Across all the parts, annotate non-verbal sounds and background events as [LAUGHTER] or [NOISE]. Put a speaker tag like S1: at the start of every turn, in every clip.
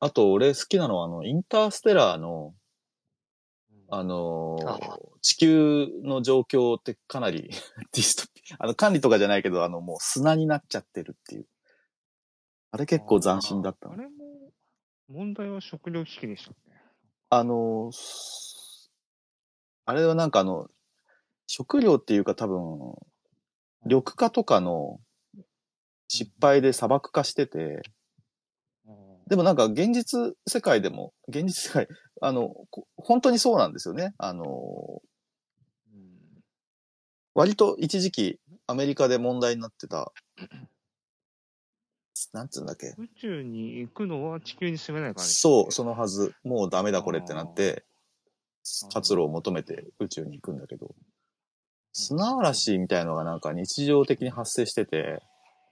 S1: あと、俺好きなのは、あの、インターステラーの、あ
S2: の、
S1: のー
S2: あ
S1: 地球の状況ってかなり [LAUGHS] ディストピあの、管理とかじゃないけど、あの、もう砂になっちゃってるっていう。あれ結構斬新だった
S2: あ
S1: の。
S2: れも、問題は食糧危機でしたっけ
S1: あのー、すあれはなんかあの、食料っていうか多分、緑化とかの失敗で砂漠化してて、でもなんか現実世界でも、現実世界、あの、こ本当にそうなんですよね。あのー、
S2: うん
S1: 割と一時期アメリカで問題になってた、なんつうんだっけ。
S2: 宇宙に行くのは地球に住めないからね
S1: そう、そのはず、もうダメだこれってなって、活路を求めて宇宙に行くんだけど、砂嵐みたいのがなんか日常的に発生してて、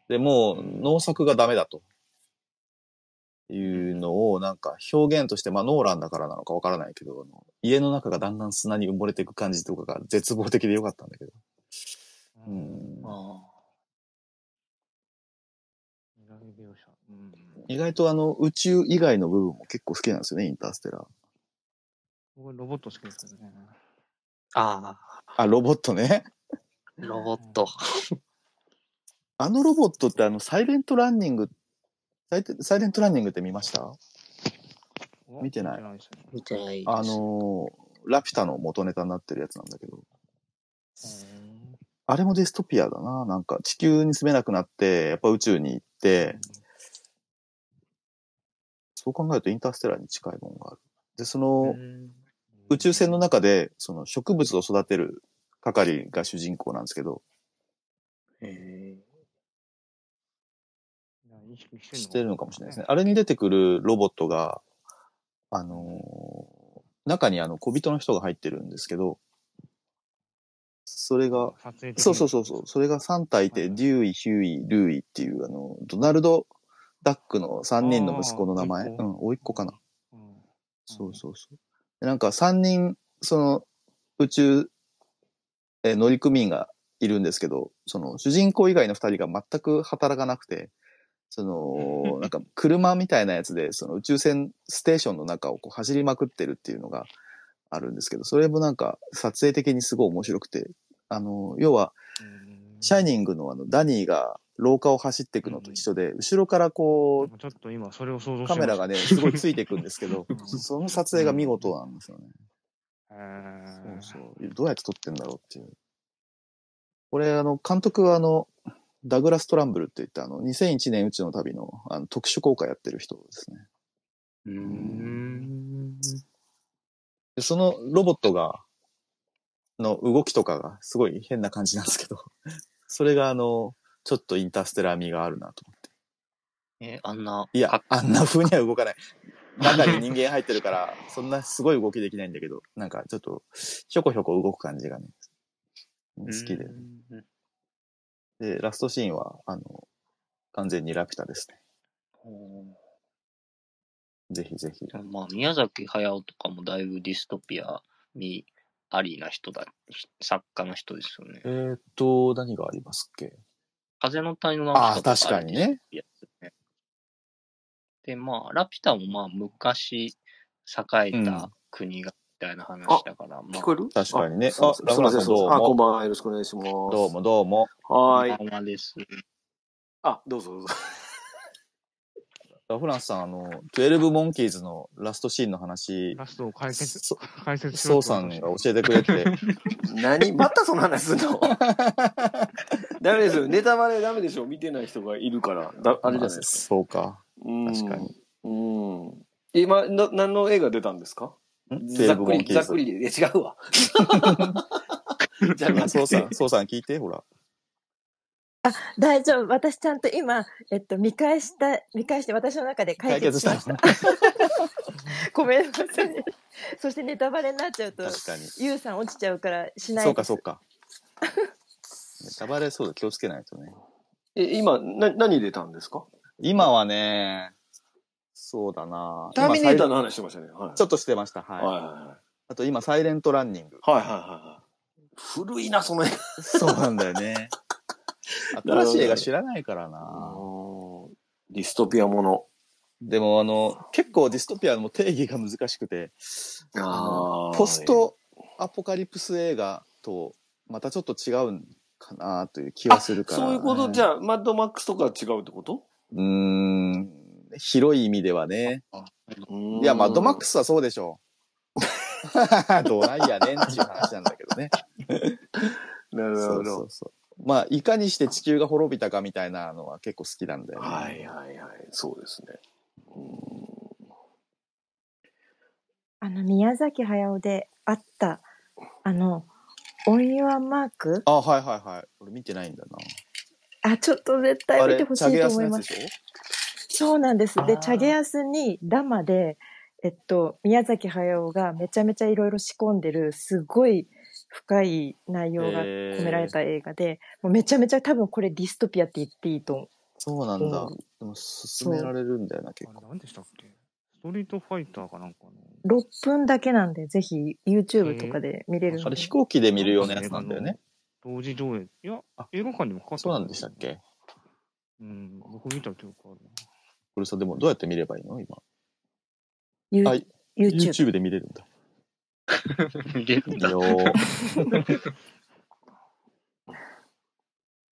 S1: で、もう農作がダメだと。いうのをなんか表現として、まあノーランだからなのかわからないけど、あの家の中がだんだん砂に埋もれていく感じとかが絶望的でよかったんだけど。う
S2: う。
S1: んん
S2: ああ。未来描写。うん。
S1: 意外とあの宇宙以外の部分も結構好きなんですよね、インターステラー。
S2: 僕ロボット好きですけどね。
S3: ああ、
S1: あ、ロボットね。
S3: ロボット。
S1: あのロボットってあのサイレントランニング、サイレンサイレントランニングって見ました見てない
S2: 見てないですね
S3: 見てないです。
S1: あのーラピュタの元ネタになってるやつなんだけど、あれもディストピアだな。なんか地球に住めなくなって、やっぱ宇宙に行って、そう考えるとインターステラーに近いものがある。で、その
S3: うん
S1: 宇宙船の中で、その植物を育てる係が主人公なんですけど、
S3: え
S2: いや意識してる
S1: してるのかもしれないですね。。あれに出てくるロボットが、あのー中にあの小人の人が入ってるんですけど、それが、
S2: 撮影的に
S1: そうそうそうそう、それが3体いて、デューイ、ヒューイ、ルーイっていう、あの、ドナルド・ダックの3人の息子の名前、
S2: あー
S1: うん、甥っ子かな。。
S2: うん
S1: そうそうそう。でなんか3人、その、宇宙、えー乗組員がいるんですけど、その、主人公以外の2人が全く働かなくて、そ [LAUGHS] の、なんか、車みたいなやつで、その宇宙船ステーションの中をこう走りまくってるっていうのがあるんですけど、それもなんか、撮影的にすごい面白くて、あの、要は、
S2: うん
S1: シャイニングのあの、ダニーが廊下を走っていくのと一緒で、後ろからこ
S2: ちょっと今、それを想像
S1: う、
S2: して
S1: カメラが
S2: ね。
S1: ね、すごいついていくんですけど
S2: う、ん
S1: その撮影が見事なんですよね。
S2: え
S1: そう
S2: ー
S1: そう。どうやって撮ってんだろうっていう。俺、あの、監督はあの、ダグラス・トランブルって言ったあの、2001年宇宙の旅のあの特殊効果やってる人ですね。
S3: ーうん。
S1: でそのロボットが、の動きとかがすごい変な感じなんですけど、それがあの、ちょっとインターステラー味があるなと思って。
S3: え、あんな、
S1: い
S3: かっ
S1: や、あんな風には動
S4: [LAUGHS]
S1: かない。中に人間入ってるから、そんなすごい動きできないんだけど、なんかちょっと、ひょこひょこ動く感じがね、好きで。
S3: うん
S1: で、ラストシーンは、あの、完全にラピュタですね。
S3: お
S1: ぜひぜひ。
S3: ーまあ、宮崎駿とかもだいぶディストピアにありな人だ、作家の人ですよね
S1: え。ー、っと、何がありますっけ
S3: 風の谷の
S1: あ
S3: 中
S1: あ、
S3: と
S1: 確かに。ね。
S3: やつね。で、まあ、ラピュタもまあ、昔、栄えた国が、みたいな話だから、まあ、
S4: 聞こえる
S1: 確かにね
S4: あすいません
S1: あ
S4: すいませ
S1: ラフラさ
S4: ん、
S1: ん
S4: そう
S1: どう
S4: そう
S1: も
S4: あ、こんばんは。よろしくお願いします。
S1: どう。もどうも。
S4: はーい。
S3: こんばんはです。
S4: あ、どうぞどうぞ。
S1: ラフランスさん、あの、12モンキーズのラストシーンの話、
S2: ラストを解説、
S1: そ
S2: 解説し
S1: ソ
S2: ろと
S1: ウさんが教えてくれ
S4: [LAUGHS]
S1: て。
S4: 何またその話すんの [LAUGHS] ダメですよ。ネタバレダメでしょ。見てない人がいるから。だあれじゃないですか。
S1: そうか。
S4: うん
S1: 確かに。
S4: うん。今、な何の映画出たんですか
S1: ん
S4: ざ
S1: 12
S4: っく
S1: モン
S4: り、
S1: キ
S4: ざ
S1: ー
S4: っ
S1: ズ
S4: く。りで。いや、違
S1: [LAUGHS]
S4: うわ。じゃなくて
S1: ソウさん、ソウさん聞いて、ほら。
S5: 大丈夫。私ちゃんと今、えっと、見返した、見返して私の中で解
S1: 解決
S5: 決
S1: し
S5: したま [LAUGHS]
S1: の
S5: した。ごめんなさい。 [LAUGHS] そしてネタバレになっちゃうと、
S1: 確かに。
S5: ゆうさん落ちちゃうからしない。
S1: そうか、そうか。ネタバレそうだ、気をつけないとね。
S4: え、今、な、何出たんですか
S1: 今はね、そうだな
S4: ターミネーター
S1: 今
S4: の話してましたね。はい。
S1: ちょっとしてました、
S4: はいはい
S1: はい。
S4: は
S1: あと今、サイレントランニング。
S4: い。はいはいはいはい。古いな、その映画。
S1: そうなんだよ
S4: [LAUGHS]
S1: ね。新しい映画知らないからな。
S4: ディストピアもの。
S1: でも、あの、結構ディストピアの定義が難しくて、
S4: あー
S1: ポス。トアポカリプス映画とまたちょっと違うんかなという気はするから。
S4: そういうことじゃあ、マッドマックスとかは違うってこと
S1: うーん、広い意味ではね。い
S4: い
S1: や、マッドマッ
S4: ス
S1: クスはそうで [LAUGHS] しょう。どないやねんっていう話なんだけどね。
S4: なる
S1: そう
S4: ほ
S1: そ
S4: ど
S1: う。そう。まあ、いかにして地球が滅びたかみたいなのは結構好きなんだよね。
S4: はいはいはい、そうですね。
S5: あの、宮崎駿であった、あの、オンユアマーク
S1: あ、はいはいはい。俺見てないんだ
S5: あ、ちょっと絶
S1: な。あ
S5: 対見て
S1: れ
S5: ほ、し
S1: チャ
S5: い
S1: ゲ
S5: と
S1: アス
S5: 思
S1: の
S5: い
S1: や
S5: ま。
S1: つですしょ
S5: そうなんです。
S2: あ
S5: で、
S2: ー
S5: チャゲアスにラマで、えっと、宮崎駿がめちゃめちゃいろいろ仕込んでる、すごい深い内容が込められた映画で、もうめちゃめちゃ多分これディストピアって言っていいと思う。
S1: そうなんだ。
S5: うん
S1: でも、勧められるんだよな、結
S2: あ
S1: 構。
S2: れ何でしたっけストリートファイターかなんかの。
S5: 6分だけなんで、ぜひ YouTube とかで見れる
S2: へー
S5: の
S1: あれ
S5: で
S1: 飛行機で見るようなやつなんだよね。
S2: 同時上映。いや
S1: あ、
S2: 映画館にもかかって
S1: そうなんでしたっけ
S2: うん、僕見た記憶あるな。
S1: これさ、でもどうやって見ればいいの今。
S5: You-
S1: はい
S5: YouTube。
S1: YouTube で見れるんだ。
S3: [LAUGHS] 見れる
S1: い
S3: ん
S1: い
S3: だ。
S1: よ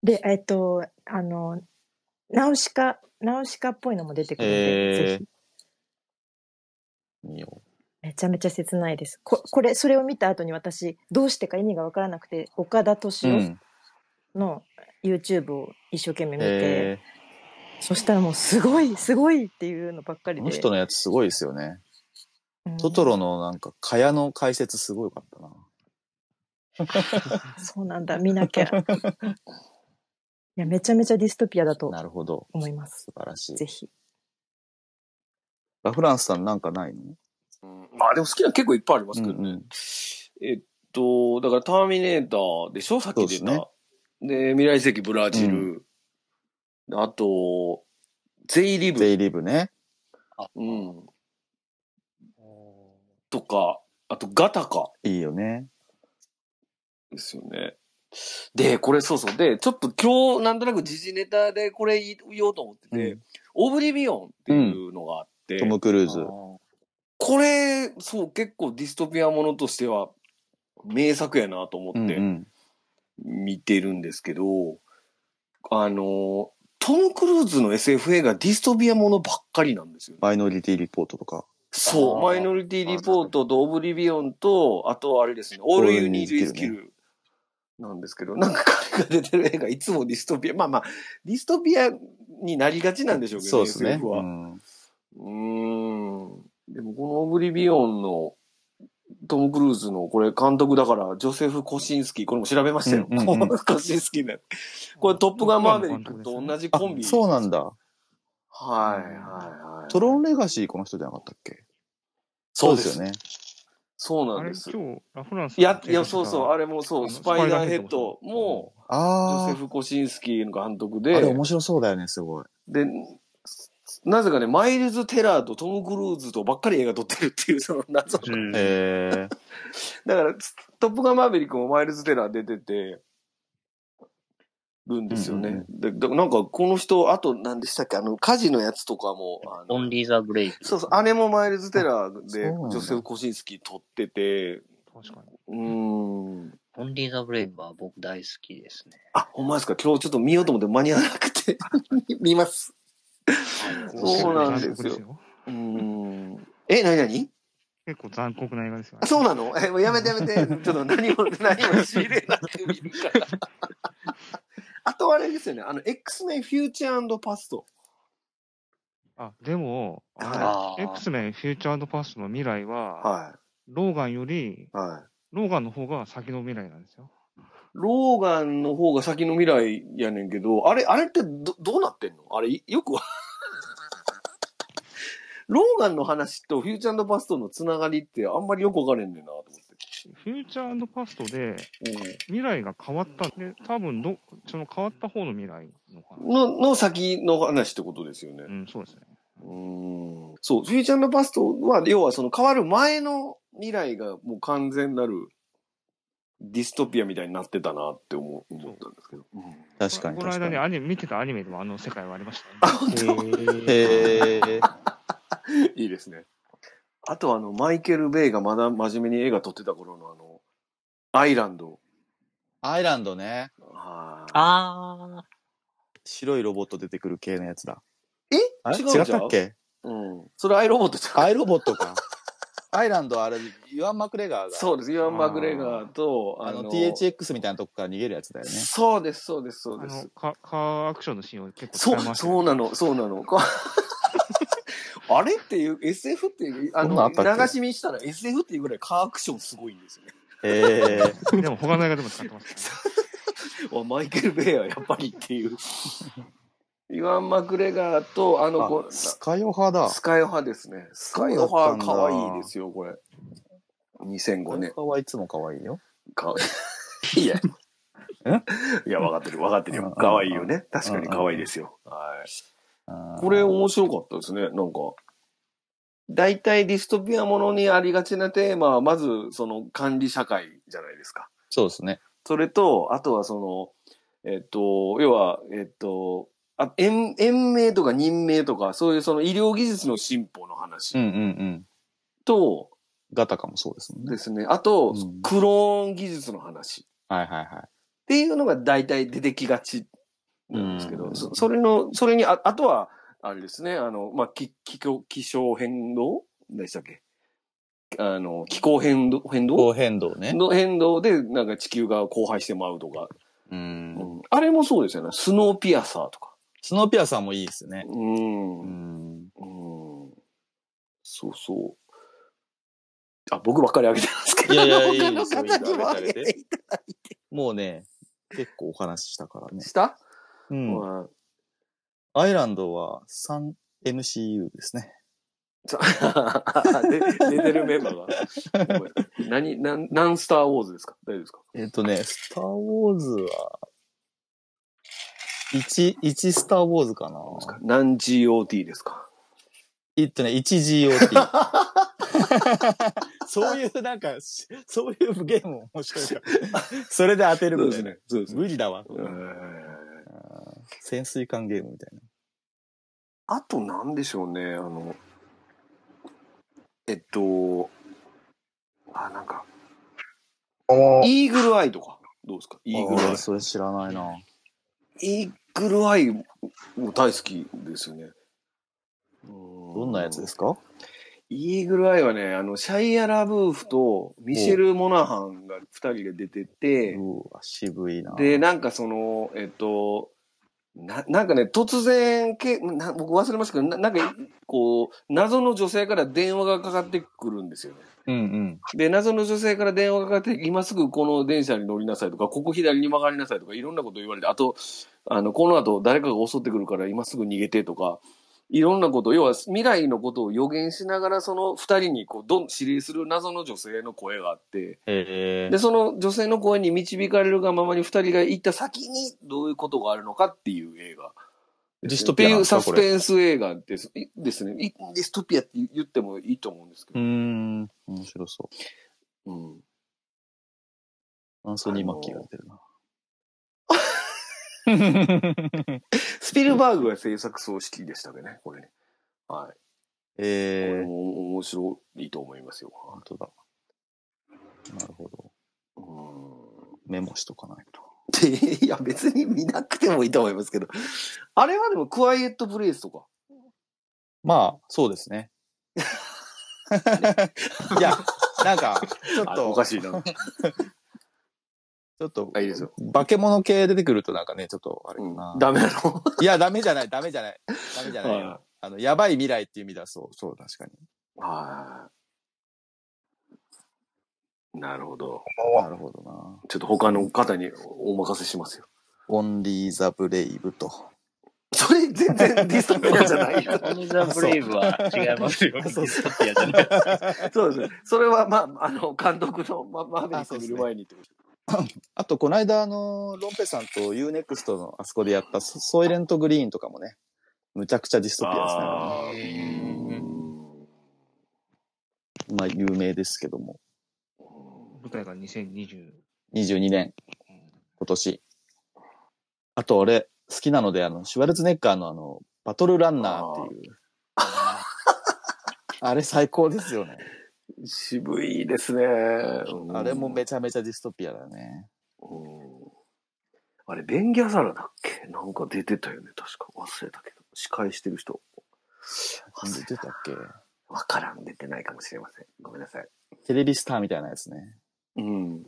S5: で、えっと、あの、ナウシカ、ナウシカっぽいのも出てくるので、
S1: えー
S5: ぜひ。
S1: ー。 [LAUGHS] 見よ
S5: めちゃめちゃ切ないです。ここれ、それを見た後に私、どうしてか意味がわからなくて、岡田
S1: う。
S5: 敏
S1: う
S5: 夫
S1: ん。
S5: の YouTube を一生懸命見て、
S1: え
S5: そしたらもうすごい、すごいっていうのばっか
S1: ー、
S5: り
S1: こ
S5: で。
S1: の人のやつすごいですよね。
S5: うん
S1: トトロのなんか、蚊帳の解説すごいよかったな。
S5: そうなんだ、見なきゃ。いや、めちゃめちゃディストピアだと
S1: なるほど。
S5: 思います。
S1: 素晴らしい
S5: ぜ。ひ。
S1: ラフランスさんなんかないの
S4: うんまあでも好きなの結構いっぱいありますけど
S1: うんうん
S4: えっと、だからターミネーターでしょさっき出た。
S1: そう
S4: で未来世紀ブラジル。
S1: う
S4: あと、ゼイリブ。
S1: ゼイリブね。
S4: うん。
S2: あー
S4: とか、あとガタカ
S1: いいよね。
S4: ですよね。で、これそうそう。で、ちょっと今日なんとなく時事ネタでこれ言おうと思ってて、
S1: うん
S4: オブリビオンっていうのがあって、
S1: トム・クルー
S2: あ
S1: ズ。
S2: ー
S4: これ、そう結構ディストピアものとしては名作やなと思
S1: う
S4: っ
S1: んう
S4: て
S1: ん。
S4: 見てるんですけど、あの、トム・クルーズの SF 映画ディストピアものばっかりなんですよね。
S1: マイノリティ・リポートとか。
S4: そ
S3: あー
S4: う、マイノリティ・リポートとオブリビオンと、あとあれですね、オール・ユー・ニード・イス・キルなんですけど、なんか彼が出てる映画いつもディストピア、まあまあ、ディストピアになりがちなんでしょうけど
S1: そうですね。
S4: SF
S1: う
S4: は。
S1: ん
S4: うーん。でもこのオブリビオンのトム・クルーズのこれ監督だからジョセフ・コシンスキー、これも調べましたよ。
S1: うんうんうん
S4: [LAUGHS] コシンスキーね。これトップガン・マーヴェリックと同じ
S1: あ
S4: コンビ。
S1: そうなん
S4: だ。
S1: だ。
S4: はいはいはい。
S1: トロン・レガシーこの人じゃなかったっけ
S4: そうです
S1: よ
S4: よね。
S1: ね。
S4: そうな
S2: あ
S4: ん
S2: れ
S4: です。
S2: 今日、ラフランス
S4: いや、いや、そうそう、
S2: う。
S4: あれもそ
S2: あ
S4: う、
S2: の
S4: スパイダーヘッドも、ジョセ
S1: あ
S4: フ・コシンスキーの監督
S1: あ。あれ
S4: で、
S1: 面白そうだよね、すごい。
S4: で、なぜかね、マイルズ・テラーとトム・クルーズとばっかり映画撮ってるっていう、その謎の
S3: う
S1: へ
S3: ん。
S1: え。
S4: だから、つトップガンマーヴェリックもマイルズ・テラー出てて、るんですよ
S1: うんう
S4: ね。ででなんか、この人、あと、何でしたっけ、あの、火事のやつとかも、あの
S3: オンリー・ザ・グレイ。
S4: そうそう、姉もマイルズ・テラー
S1: あ
S4: で、ジ
S1: そうなんだ
S4: ョセフ・コシンスキー撮ってて、
S2: 確かに。
S4: うーん。
S3: オンリー・ザ・ブレイブは僕大好きです
S4: [LAUGHS]
S3: ね。
S4: あ、ほんまですか、今日ちょっと見ようと思って間に合わなく
S1: [LAUGHS]
S4: て、見ます。そうなんですよ
S2: 結構残酷よ。
S4: うーん。え、なになに
S2: 結構残酷な映画ですよ。
S4: そう
S2: な
S4: なのえ、もうやめてやめて。ちょっと何も、
S1: [LAUGHS]
S4: 何も仕入れなくて見るから。あとあれですよね。あの、X-Men Future Past。
S2: あ、でも、
S3: あ
S4: は
S3: ー
S2: X メンフューチャーパストの未来は、
S4: は
S2: ローガンより、
S4: い。はい。
S2: ローガンの方が先の未来なんですよ。
S4: ローガンの方が先の未来やねんけど、あれ、あれってど、どうなってんのあれ、よくわ [LAUGHS] ローガンの話とフューチャーパストのつながりってあんまりよくわかれんねんなと思って。
S2: フューチャーパストで未来が変わったんで、多分ど、その変わった方の未来のかな。
S4: の、の先の話ってことですよね。
S2: うん、そうですね。
S4: うーんそう、フューチャーのパストは、要はその変わる前の未来がもう完全なるディストピアみたいになってたなって思う思ったんですけど。
S1: 確かに
S2: この
S1: 確
S2: 間
S1: かに
S2: ね、。アニメ、見てたアニメでもあの世界はありましたね。
S1: へえ。
S4: いいですね。あとあの、マイケル・ベイがまだ真面目に映画撮ってた頃のあの、アイランド。
S1: アイランドね。
S4: あー
S3: [LAUGHS] あ
S1: 白いロボット出てくる系のやつだ。
S4: え
S1: あれ
S4: 違
S1: 違
S4: うんじゃん
S1: ったっけ
S4: うん。それアイロボットじゃん
S1: アイロボットか。 [LAUGHS] アイランドはあれ、ユアン・マクレガーが、
S4: そうです。イワン・マグレガーと、
S1: あの THX みたいなとこから逃げるやつだよね。
S4: そうです、そうです、そう
S2: あ
S4: で
S2: の
S4: す。
S2: カカーアクションのシーンを結構使い
S4: そ
S2: ま
S4: う、
S2: した
S4: そうなの、そうなの。 [LAUGHS] こあれっていう、SF っていう、あ
S1: そんなんあ
S4: の、
S1: ったっけ
S4: 流し見したら SF っていうぐらいカーアクションすごいんですよね。
S1: へえ。
S2: でも他の映画でも使ってますからね。
S4: わマイケル・ベイはやっぱりっ
S1: [LAUGHS]
S4: ていう。イワン・マグレガーと、あの、
S1: あ
S4: こう
S1: スカヨハだ。
S4: スカイオハですね。スカイオ
S1: そうだ
S4: ハ
S1: ったんだ
S4: かわいいですよ、これ。2005
S1: ね
S4: 年。。
S1: はいつも可愛いよ。
S4: か
S1: [LAUGHS]
S4: いや。いや、分かってる、分かってる
S1: うんう
S4: よ。
S1: ん
S4: かわいいよね。確かにかわいいですよ。はい。これ面白かったですね、なんか。大体ディストピアものにありがちなテーマは、まずその管理社会じゃないですか。
S1: そうですね。
S4: それと、あとはその、えっと、要は、えっと、あ延延命とか任命とか、そういうその医療技術の進歩の
S1: うん
S4: 話
S1: うんうん。
S4: と、
S1: ガタカもそうですもん
S4: で
S1: ね。
S4: すね、あ
S1: う
S4: と、
S1: ん
S4: クローン技術の話っ
S1: はいはいは
S4: ていうのが大体出てきがちなんですけ
S1: う
S4: ど、
S1: ん
S4: そそれの、それにあ、あとは、あれですね、あの、まあ、気、気候、気象変動何でしたっけあの、気候変動、変
S1: い。高
S4: 動
S1: 変動ね。
S4: の変動で、なんか地球が荒廃してまうとか、
S1: うん。
S4: うんあれもそうですよね。スノーピアサーとか。
S1: スノーピアさんもいいですね。
S4: うん。
S1: う
S4: うん。
S1: ん。
S4: そうそう。あ、僕ばっかりあげてますけど。
S1: いやいやい
S4: 他
S1: い [LAUGHS] ですよ
S4: の方にもあ
S1: いいで
S4: げ
S1: すよ
S4: ていただいて。
S1: もうね、結構お話ししたからね。
S4: [LAUGHS] した、
S1: うん。
S4: うん
S1: アイランドは 3MCU ですね。
S4: そうで [LAUGHS] 出てるメンバーが。ごめん何、何、何スターウォーズですか大丈夫ですか
S1: えっ、とね、スターウォーズは、1、1スターウォーズかな。
S4: 何 GOT ですか
S1: えっとね、1GOT。そういう、なんか、しそういうゲーム面白いから。 [LAUGHS] それで当てる
S4: そ
S1: みた
S4: うで
S1: い
S4: す
S1: な。
S4: ね。そうですね。
S1: 無理だわ。
S4: えー
S1: 潜水艦ゲームみたいな。
S4: あと何でしょうね、あの、えっと、あ、なんか、イーグルアイとか、どうですかイーグル
S1: あ
S4: ア
S1: ーそれ知らないな。
S4: イ。イーグルアイも大好きですよね。ど
S1: どんなやつですか
S4: イーグルアイはね、あの、シャイア・ラブーフとミシェル・モナハンが二人で出てて、
S1: うわ、渋いな。
S4: で、なんかその、えっと、ななんかね、突然けな、僕忘れましたけどな、なんか、こう、謎の女性から電話がかかってくるんですよね。
S1: うんうん。
S4: で、謎の女性から電話がかかって、今すぐこの電車に乗りなさいとか、ここ左に曲がりなさいとか、いろんなこと言われて、あと、あの、この後誰かが襲ってくるから今すぐ逃げてとか、いろんなこと、要は未来のことを予言しながら、その二人にこう、どん、指令する謎の女性の声があって、
S1: え
S4: で、その女性の声に導かれるがままに二人が行った先にどういうことがあるのかっていう映画
S1: デ
S4: ですね、
S1: ィストピアなんですか
S4: っていうサスペンス映画ですいですねいディストピアって言ってもいいと思うんですけ
S1: うー
S4: ど。
S1: ん。面白そ
S4: うん
S1: う。アンソニー・マッキーが出てる [LAUGHS] な。
S4: スピルバーグが制作葬式でしたけどね、これね。はい。これ
S1: えー、
S4: も面白いと思いますよ。
S1: 本当だ。なるほど。
S4: うん [LAUGHS]
S1: メモしとかないと。
S4: でいや、別に見なくてもいいと思いますけど。あれはでも、クワイエットプレイスとか。
S1: まあ、そうです [LAUGHS] ね。いや、なんか、ちょっ
S4: あ
S1: と、
S4: おかしいな。
S1: ちょっと
S4: [LAUGHS] あ、いいですよ。
S1: 化け物系出てくるとなんかね、ちょっとあれ
S4: う
S1: か
S4: ん
S1: な。
S4: ダメな [LAUGHS] の
S1: いや、ダメじゃない、ダメじゃない。ダメじゃない
S4: はい
S1: よ。あの、やばい未来っていう意味だそう。そう、確かに。
S4: はい。なるほど。
S1: なるほどな。
S4: ちょっと他の方にお任せしますよ。
S1: オンリー・ザ・ブレイブと。
S4: それ全然ディストピアじゃないよ
S3: あ。。オンザブレイブは違いますよ。ディストピアじゃない。
S4: [LAUGHS] そうですね。それは、まあ、あの、監督の、ま、マーベリック見る前にってこ
S1: あと、この間、あの、ロンペさんと UNEXT のあそこでやったソソイレント・グリーンとかもね、むちゃくちゃディスト
S4: と
S1: ピアですね。あ
S4: あー
S1: れまあ、有名ですけども。
S2: 舞台が2020
S1: 22年、今年。あと俺、好きなので、あの、シュワルツェネッガーのあの、バトルランナーっていう。あれ最高ですよね。
S4: 渋いですね。
S1: あれもめちゃめちゃディストピアだね。
S4: うんあれ、ベンギャザラだっけなんか出てたよね、確か。忘れたけど。司会してる人。
S1: 出てたっけ
S4: わからん、出てないかもしれません。ごめんなさい。
S1: テレビスターみたいなやつね。
S4: うん。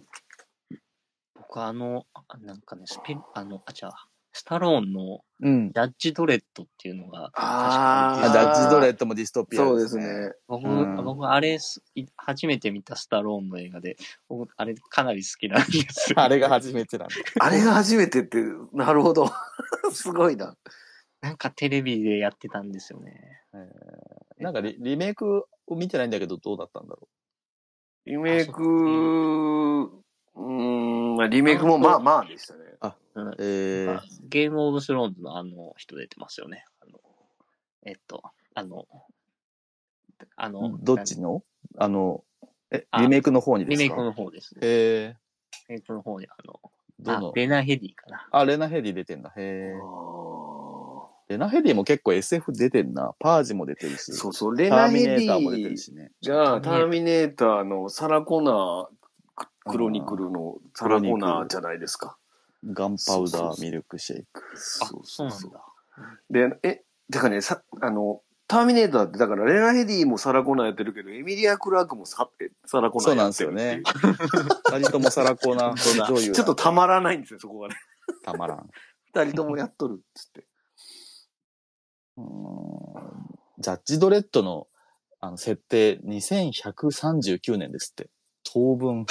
S3: 僕あの、あなんかね、スピあの、あ、じゃあ、スタローンの
S1: うん。
S3: ダッジドレッドっていうのが、
S4: あー
S1: あ
S3: 確か
S1: ダッジドレッドもディストピア
S4: そうです。ね。
S3: 僕、
S1: うん
S3: 僕、あれす、い初めて見たスタローンの映画で、僕、あれ、かなり好きなんですよ。
S1: あれが初めてなんだ。
S4: あれが初めてって、なるほど。 [LAUGHS] すごいな。
S3: なんかテレビでやってたんですよね。
S1: なんかリリメイクを見てないんだけど、どうだったんだろ
S4: リメイク、うーん、まあリメイクもまあまあでしたね。
S3: うん
S1: う。え
S3: まあゲームオブスローンズのあの人出てますよね。あのえっと、あの、あの、
S1: どっちのあの、え、
S3: あ
S1: リメイクの方にで
S3: リ
S1: す
S3: メ
S1: か
S3: イクの方ですね。
S1: え
S3: リメイクの方に、あの、
S1: ー、ど
S3: あ
S1: の
S3: レナ・ヘディかな。
S1: あ、レナヘディ出てんだ。へえ。
S4: あー
S1: レナヘディも結構 SF 出てんな。パージも出てるし。
S4: そうそう、レ
S1: タ
S4: ナ
S1: ーミ
S4: ヘ
S1: ネ
S4: デ
S1: ーターも出てる
S4: ィ
S1: しね。
S4: が、ターミネーターのサラコナー、クロニクルのサラコナーじゃないですか。
S1: ガンパウ
S4: そうそ
S1: ダ
S4: うそ
S1: ーミ
S4: う
S1: ルクシェイク。
S3: あ、
S4: そ
S3: そ
S4: うそうう
S3: な
S4: そ
S3: ん
S4: う。
S3: だ。
S4: で、え、だからね、さ、あの、ターミネーターって、だから、レナヘディもサラコナーやってるけど、エミリア・クラークもササラコナーやってるっていう。
S1: そ二人ともサラコーナ
S3: 本当
S1: 女
S3: だ
S1: 優なんで。
S4: [LAUGHS] ちょっとたまらないんですよ、そこがね。
S1: たまらん。
S4: 二人ともやっとるっつって。
S1: うーんジャッジドレッドのあの設定2139年ですって。当分、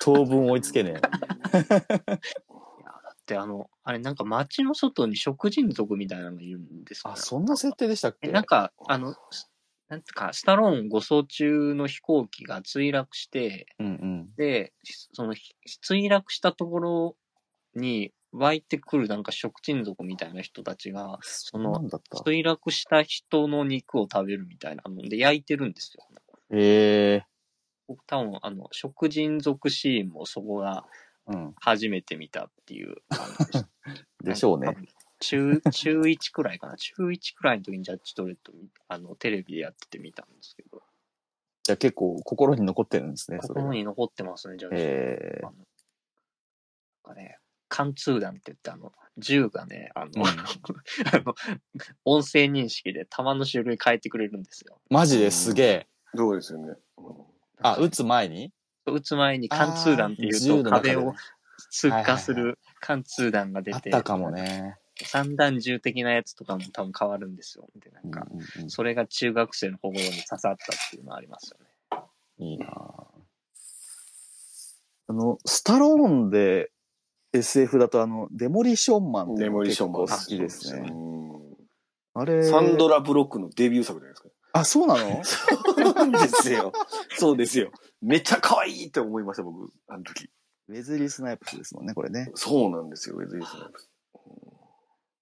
S1: 当分追いつけねえ。
S3: いや、だってあの、あれ、なんか街の外に食人族みたいなのがいるんですかね
S1: あ、そんな設定でしたっ
S3: え
S1: け
S3: なんか、あの、すなんつうか、スタローン護送中の飛行機が墜落して、
S1: うんうん。
S3: で、しそのひ墜落したところに湧いてくるなんか食人族みたいな人たちが、そ
S1: な
S3: の
S1: んだった
S3: 墜落した人の肉を食べるみたいなので焼いてるんですよ。
S1: ええ
S3: 僕多分、あの、食人族シーンもそこが
S1: うん。
S3: 初めて見たっていう。あの
S1: でしょう
S3: なん
S1: ね
S3: か。多分中、中1くらいかな。中1くらいの時にジャッジドレッド見あの、テレビでやってて見たんですけど。
S1: じゃあ結構心に残ってるんですね、それ
S3: 心。に残ってますね、ジャッジドレッ
S1: ええ
S3: ド。あのなんかね、貫通弾って言って、あの、銃がね、あの、
S1: うん
S3: [LAUGHS] あの、音声認識で弾の種類変えてくれるんですよ。
S1: マジですげえ。
S4: そうですよね。う
S1: あ、
S3: なん
S1: 撃
S3: か
S1: つ前に
S3: 撃つ前に貫通弾って
S1: あ
S3: 言
S1: ー
S3: うと壁を通過す
S1: はいはい
S3: る貫通弾が出、
S1: あってたかもね。
S3: 三段銃的なやつとかも多分変わるんですよ。で、なんか、
S1: うんうんうん
S3: それが中学生の心に刺さったっていうのはありますよね。
S1: いいなああの、スタローンで SF だとあの、デモリションマン
S4: ん
S1: っ
S4: デ
S1: て
S4: モリションマン
S1: 結構好きですね。
S4: う
S1: あれ
S4: んサンドラ・ブロックのデビュー作じゃないですか。
S1: あ、そうなの
S4: そうなんです [LAUGHS] よ。そうですよ。めっちゃ可愛いって思いました、僕、あの時。
S1: ウェズリー・スナイプスですもんね、これね。
S4: そうなんですよ、ウェズリー・スナイプス。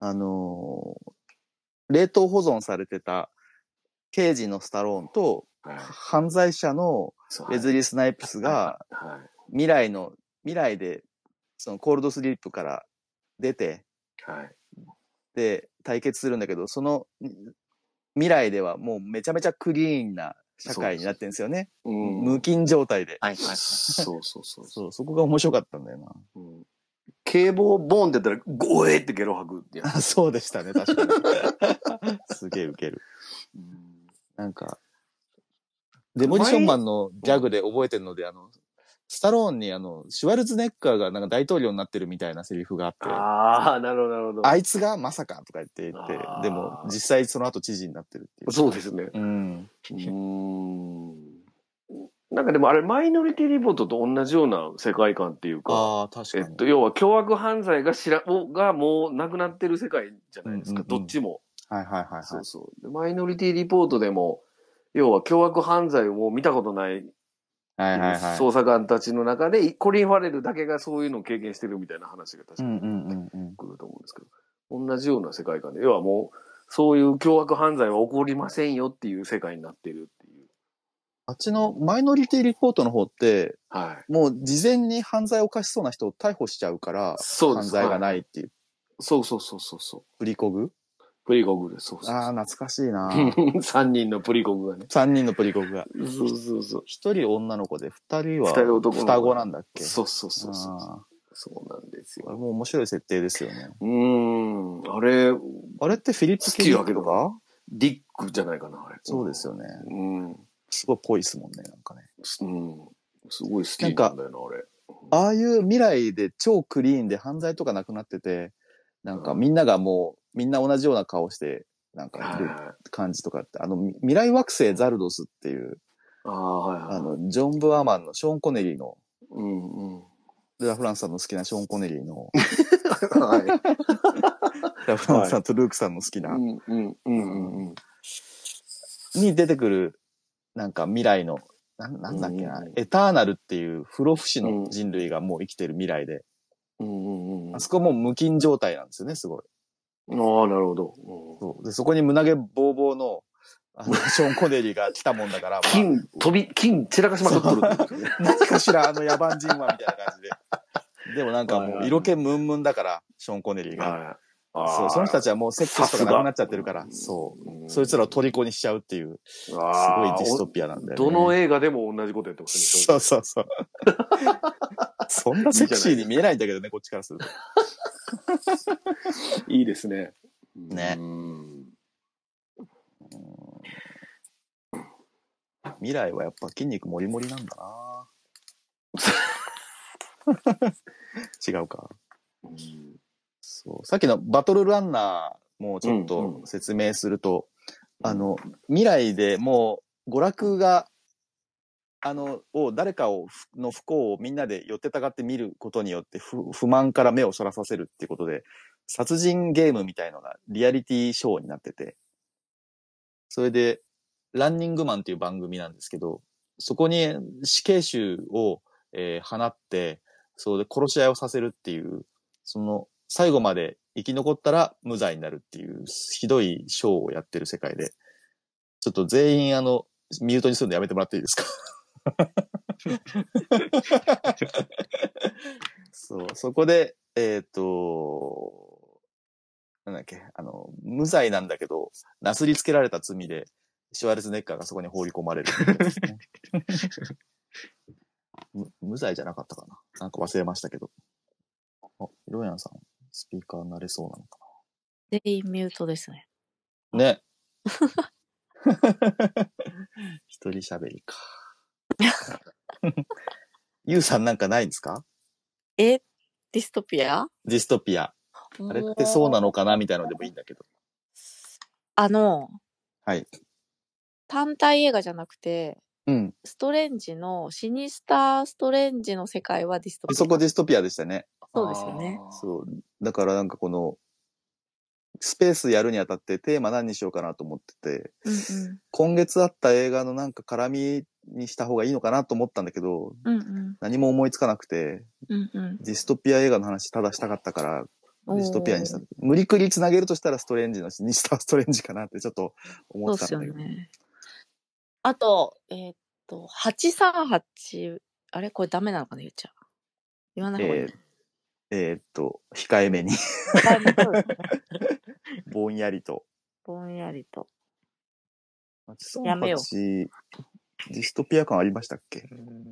S1: あのー冷凍保存されてた刑事のスタローンと
S4: はい
S1: 犯罪者の
S4: そう
S1: ウェズリー・スナイプスが
S4: はい
S1: 未来の、未来でそのコールドスリープから出て、
S4: はい。
S1: で対決するんだけど、そのん未来ではもうめちゃめちゃクリーンな社会になってるんですよね。
S4: うん
S1: 無菌状態で。
S3: はいはい。
S4: そうそうそうそ
S1: そう、そこが面白かったんだよ
S4: う。うん警棒ボーンってやったら、ゴエってゲロ吐くってや
S1: な。 [LAUGHS] そうでしたね、確か [LAUGHS] に。すげえウケる。
S4: つ。うん
S1: なんか、デモリションマンのギャグで覚えてるので、あの、スタローンにあの、シュワルツェネッカーがなんか大統領になってるみたいなセリフがあって、
S4: ああ、なるほど、なるほど。
S1: あいつがまさかとか言って言って
S4: あ、ー
S1: でも実際その後知事になってるっていう。
S4: そうですね。
S1: うん。
S4: うーん。なんかでもあれ、マイノリティリポートと同じような世界観っていうか、
S1: ああ、確か
S4: え
S1: に。
S4: っと、要は凶悪犯罪がしらをがもうなくなってる世界じゃないですか、
S1: うんうんうん
S4: どっちも。
S1: はいはいはい、はい。
S4: そうそうで。マイノリティリポートでも、要は凶悪犯罪をもう見たことない
S1: はいはいはい。
S4: 捜査官たちの中で、コリン・ファレルだけがそういうのを経験してるみたいな話が確か
S1: うん
S4: に
S1: うんうんうん。
S4: くると思うんですけど、同じような世界観で、要はもう、そういう凶悪犯罪は起こりませんよっていう世界になってるっていう。
S1: あっちのマイノリティリポートの方って、
S4: はい。
S1: もう事前に犯罪を犯しそうな人を逮捕しちゃうから、
S4: そうで
S1: 犯
S4: す。
S1: 罪が
S4: は。
S1: ないいっていう。
S4: そうそうそうそうそう。
S1: プリコグ
S4: プリゴグです。そうそう
S1: ああ、
S4: そ
S1: 懐かしいな
S4: う。3 [LAUGHS] 人のプリゴグがね。
S1: 3人のプリコグが。
S4: そうそうそう。
S1: 一人女の子で、二人は
S4: 二人男の子
S1: 双子なんだっけ
S4: そうそうそうそう。
S1: あ
S4: そうなんです
S1: ーあ
S4: よ。
S1: れも面白い設定ですよね。
S4: うーん。あれ、
S1: あれってフィリップ・
S4: 好きやけど
S1: か
S4: ディックじゃないかな、あれ。
S1: そうですよね。
S4: うん。うん。
S1: すごい濃いですもんね、なんかね。
S4: すうんすごい好きなんだよな、あれ。
S1: ああいう未来で超クリーンで犯罪とかなくなってて、なんかみんながもう、みんな同じような顔して、なんかいる
S4: はい
S1: 感じとかって、あの、み未来惑星ザルドスっていう、
S4: ああ、はいはい。
S1: あの、ジョン・ブアーマンのショーン・コネリーの、 [LAUGHS]
S4: うんうん。
S1: ルラ・フランスさんの好きなショーン・コネリー
S4: [LAUGHS]
S1: の、
S4: はい。
S1: ルラ・フランスさんとルークさんの好きな、
S4: うんうんうんうん。
S1: に出てくる、なんか未来の、なんなんだっけな、
S4: うん
S1: エターナルっていう不老不死の人類がもう生きてる未来で、
S4: うんうんうん。あ
S1: あそこもう無菌状態なんですよね、すごい。
S4: あ、なるほど。うん
S1: そうでそこに胸毛ボーボーの、あ
S4: [LAUGHS]
S1: の、ショーン・コネリーが来たもんだから、まあ
S4: 金、飛び、金散らかしまくっとるってことですね。
S1: 何かしらあの野蛮人はみたいな感じ
S4: [LAUGHS]
S1: で。でもなんか
S4: はい
S1: も
S4: は
S1: う
S4: い
S1: 色気ムンムンだから、ショーン・コネリーが。
S4: [LAUGHS] はい。
S1: そう、その人たちはもうセックスとかなくなっちゃってるから、そう。
S4: う
S1: そいつらを虜にしちゃうっていう、
S4: す
S1: すごいディストピアなんだよね。
S4: どの映画でも同じことやってますね。
S1: [LAUGHS] そうそうそう。そんなセクシーに見えないんだけどね、こっちからすると。
S4: いいですね。
S1: ね
S4: うん
S1: 未来はやっぱ筋肉もりもりなんだな [LAUGHS] 違うか。そう。さっきのバトルランナーもちょっ
S4: うん
S1: と
S4: うん
S1: 説明すると、あの、未来でもう娯楽が、あの、を、誰かを、ふの不幸をみんなで寄ってたがって見ることによって不、不満から目をそらさせるっていうことで、殺人ゲームみたいのがリアリティショーになってて、それで、ランニングマンっていう番組なんですけど、そこに死刑囚を、えー放って、そうで殺し合いをさせるっていう、その、最後まで生き残ったら無罪になるっていう、ひどいショーをやってる世界で、ちょっと全員あの、ミュートにするのやめてもらっていいですか [LAUGHS] そう、そこで、えっ、と、なんだっけ、あの、無罪なんだけど、なすりつけられた罪で、シュワルツェネッカーがそこに放り込まれるみたいですね、む無罪じゃなかったかななんか忘れましたけど。あ、ひろやんさん、スピーカーになれそうなのか
S6: 全員ミュートですね。
S1: なね。 [LAUGHS] 一人喋り [LAUGHS] か。ゆうさんなんかないんですか
S6: えディストピア
S1: ディストピア。あれってそうなのかなみたいのでもいいんだけど。
S6: あの、
S1: はい。
S6: 単体映画じゃなくて、
S1: うん。
S6: ストレンジの、シニスター・ストレンジの世界はディストピア。
S1: そこディストピアでしたね。
S6: そうですよね。。
S1: そう。だからなんかこの、スペースやるにあたってテーマ何にしようかなと思ってて、
S6: うん
S1: 今月あった映画のなんか絡みにした方がいいのかなと思ったんだけど、
S6: うん。うん
S1: 何も思いつかなくて、
S6: うん。うんうん。
S1: ディストピア映画の話ただしたかったから、
S6: おー
S1: ディストピアにした。無理くり繋げるとしたらストレンジのシニスターストレンジかなってちょっと
S6: そ
S1: 思っ
S6: うで
S1: て
S6: す
S1: たん
S6: よ
S1: だけど。
S6: ね。あと、えーっと、838、あれこれダメなのかな言っちゃう。言わない方がいい
S1: え。ーえーっと、控えめに、 [LAUGHS]
S6: だいぶそうですね
S1: ぼんやりと。
S6: ぼんやりと。やめよ
S1: 838、ディストピア感ありましたっけ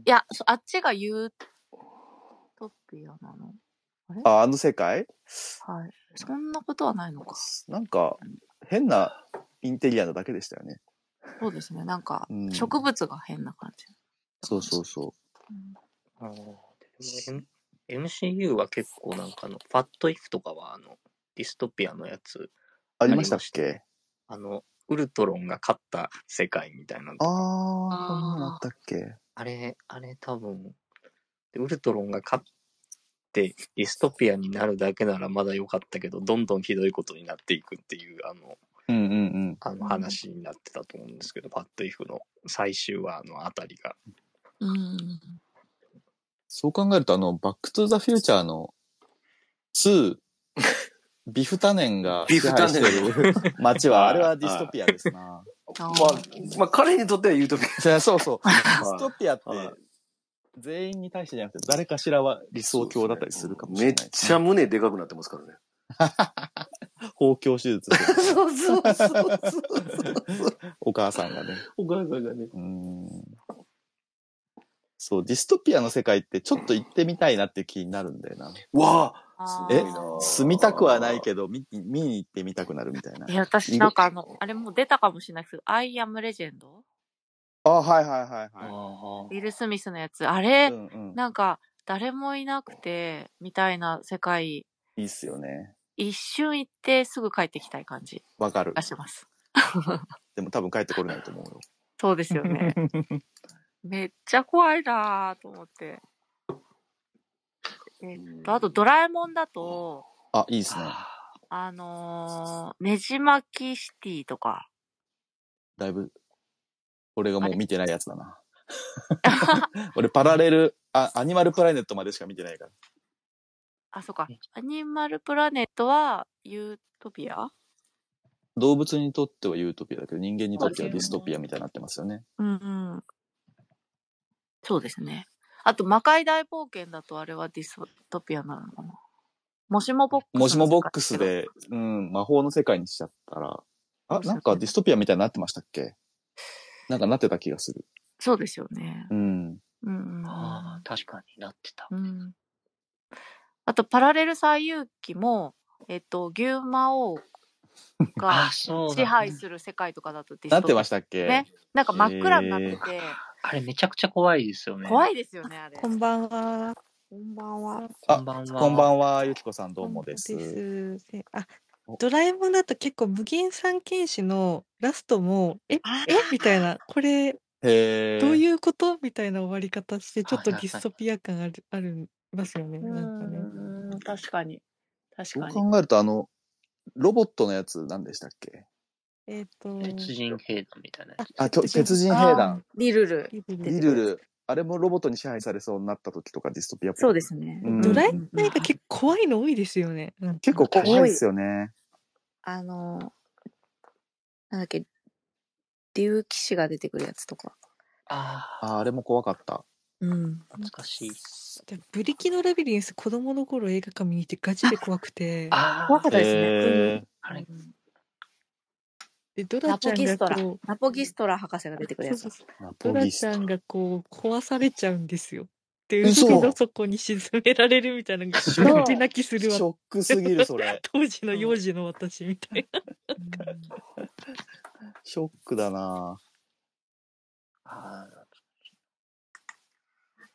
S6: いや、そあっちがユートピアなの。
S1: あ、あの世界
S6: はい。そんなことはないのか。
S1: なんか、変なインテリアなだけでしたよね。
S6: そうですね。なんか
S1: うん、
S6: 植物が変な感じ。
S1: そうそうそ
S6: うん
S3: あーでも M- MCU は結構なんかあの、ファットイフとかはあの、ディストピアのやつ、
S1: う。ありましたっけ
S3: あの、ウルトロンが勝った世界みたいなの
S1: あ
S3: と
S1: ー、
S3: か
S6: あー
S1: こんなのあったっけ
S3: あれ、あれ多分、でウルトロンが勝ってディストピアになるだけならまだ良かったけど、どんどんひどいことになっていくっていう、あの、
S1: うんうんうん。
S3: あの話になってたと思うんですけど、パッドイフの最終話のあたりが。
S6: うん。
S4: [LAUGHS]
S1: そう考えると、あの、バックトゥーザフューチャーの2ビフタネンが
S4: ビ
S1: 支
S4: フ
S1: 配
S4: タ
S1: し
S4: ネン
S1: てる街は、あれはディストピアですな。
S6: あ
S4: ま
S6: ー
S4: あ、まあ、彼にとってはユートピ
S1: いや [LAUGHS] そうそう。デ
S4: ア。
S1: ィストピアって
S4: はい、
S1: 全員に対してじゃなくて、誰かしらは理想郷だったりするかもしれない
S4: めっちゃ胸でかくなってますからね。
S1: [LAUGHS] 包協手術してる
S4: [LAUGHS] そうそうそうそう。
S1: お母さんがね。
S4: お母さんがね。
S1: うーんそう、ディストピアの世界ってちょっと行ってみたいなっていう気になるんだよな。
S4: わあ
S6: あ
S4: す
S1: え
S4: ごいなあ
S1: 住みたくはないけど、見見に行ってみたくなるみたいな
S6: え、。私なんかあの、あれもう出たかもしれないですけど、アイアムレジェンド
S1: あ、はいはいはいは
S4: あ
S6: ウィル・スミスのやつ。あ
S1: い。
S6: れ、
S1: うんうん。
S6: なんか、誰もいなくて、みたいな世界、
S1: いいっすよね。
S6: 一瞬行ってすぐ帰ってきたい感じ
S1: わかる
S6: が。します。
S1: でも多分帰ってこれないと思うよ。
S6: そうですよ
S1: [LAUGHS]
S6: ね。めっちゃ怖いなぁと思って。えっと、あと、ドラえもんだと、
S1: あ、いいっすね。
S6: あのー、ねじ巻きシティとか。
S1: だいぶ、俺がもう見てないやつだな。 [LAUGHS] 俺パラレル、あ、アニマルプラネットまでしか見てないから。
S6: あ、そうか。アニマルプラネットは、ユートピア
S1: 動物にとってはユートピアだけど、人間にとってはディストピアみたいになってますよね。
S6: うんうん。そうですね。あと、魔界大冒険だとあれはディストピアなのかな。もしもボックス。
S1: もしもボックス。で、うん、魔法の世界にしちゃったら、あ、なんかディストピアみたいになってましたっけなんかなってた気がする。
S6: そうですよね。
S1: うん。
S6: うんうんうん。
S3: ああ、確かになってた。
S6: うんあと、パラレル最遊記も、えっと、牛魔王
S3: あ
S6: が
S3: あ、そう
S6: 支
S3: だ。
S6: 配する世界とかだとディ
S1: な
S6: ス
S1: って
S6: トピ
S1: ま
S6: ア
S1: したっけ、
S6: ね。なんか真っ暗になってて、
S3: あれめちゃくちゃ怖いですよね。
S6: 怖
S3: い。
S6: いですよね、あれ。
S7: こんばんは。
S6: こんばんは。
S3: こんばんは。
S1: こんば
S3: は。
S1: んは、ゆきこさんどうもです。
S7: ですであ
S1: お、
S7: ドラえもんだと結構無限三剣士のラストも、え、
S6: あ
S7: えみたいな、これ
S1: へえ。
S7: どういうことみたいな終わり方して、ちょっと
S3: は
S7: デ
S3: い
S7: ィストピア感ある、ありますよね。
S6: う
S7: なんかね。
S6: ん、確かに。確
S1: そう
S6: かに。
S1: 考えると、あの、ロボットのやつ何でしたっけ
S7: えっ、と、
S3: 鉄人兵団みたいなや
S7: あ
S3: つ。、
S1: あ、きょ鉄人兵
S6: あ
S1: 団。
S6: リルル。
S7: リル
S6: 出
S1: リ
S6: て
S7: ル
S1: ル
S6: くる
S1: ル。あれもロボットに支配されそうになった時とかディストピアっぽい。
S6: そうですね。
S1: うん
S7: ドラえ
S6: う
S7: も
S6: ん
S7: ん
S6: うん
S7: なんか結構怖いの多いですよね。なんか
S1: 結構怖いっすよね。
S6: あの、なんだっけ、竜騎士が出てくるやつとか。
S3: ああ、
S1: あーあれも怖かった。
S6: うん。
S3: 懐かしい。
S7: でブリキのラビリンス子供の頃映画館見に行ってガチで怖くて、
S6: 怖
S3: あ
S6: かったですね。
S1: へ
S3: あ、あれ、
S6: うん
S7: で、ドラ
S6: ナ
S7: ち
S6: ポ
S7: ゃん
S6: ギス
S7: が
S6: トラ
S7: こ。
S6: ナポギストラ博士が出てく
S7: う、
S6: る
S7: そ
S6: や
S7: う
S6: つ
S7: そう
S1: ーナ
S6: だ。
S7: そう、ド
S1: ポ
S7: ラ
S1: ギ
S7: ち
S1: ス
S7: ゃ
S1: ト
S7: んがこう壊されちゃうんですよ。で、
S1: 嘘
S7: 海の底に沈められるみたいなのが
S1: シ
S6: ョック
S7: 泣き泣きす
S1: シ
S7: るわ。
S1: ョックすぎる、そ
S7: [LAUGHS]
S1: れ。
S7: 当時の幼児の私みたいな。
S6: うん
S1: ショックだな
S3: あー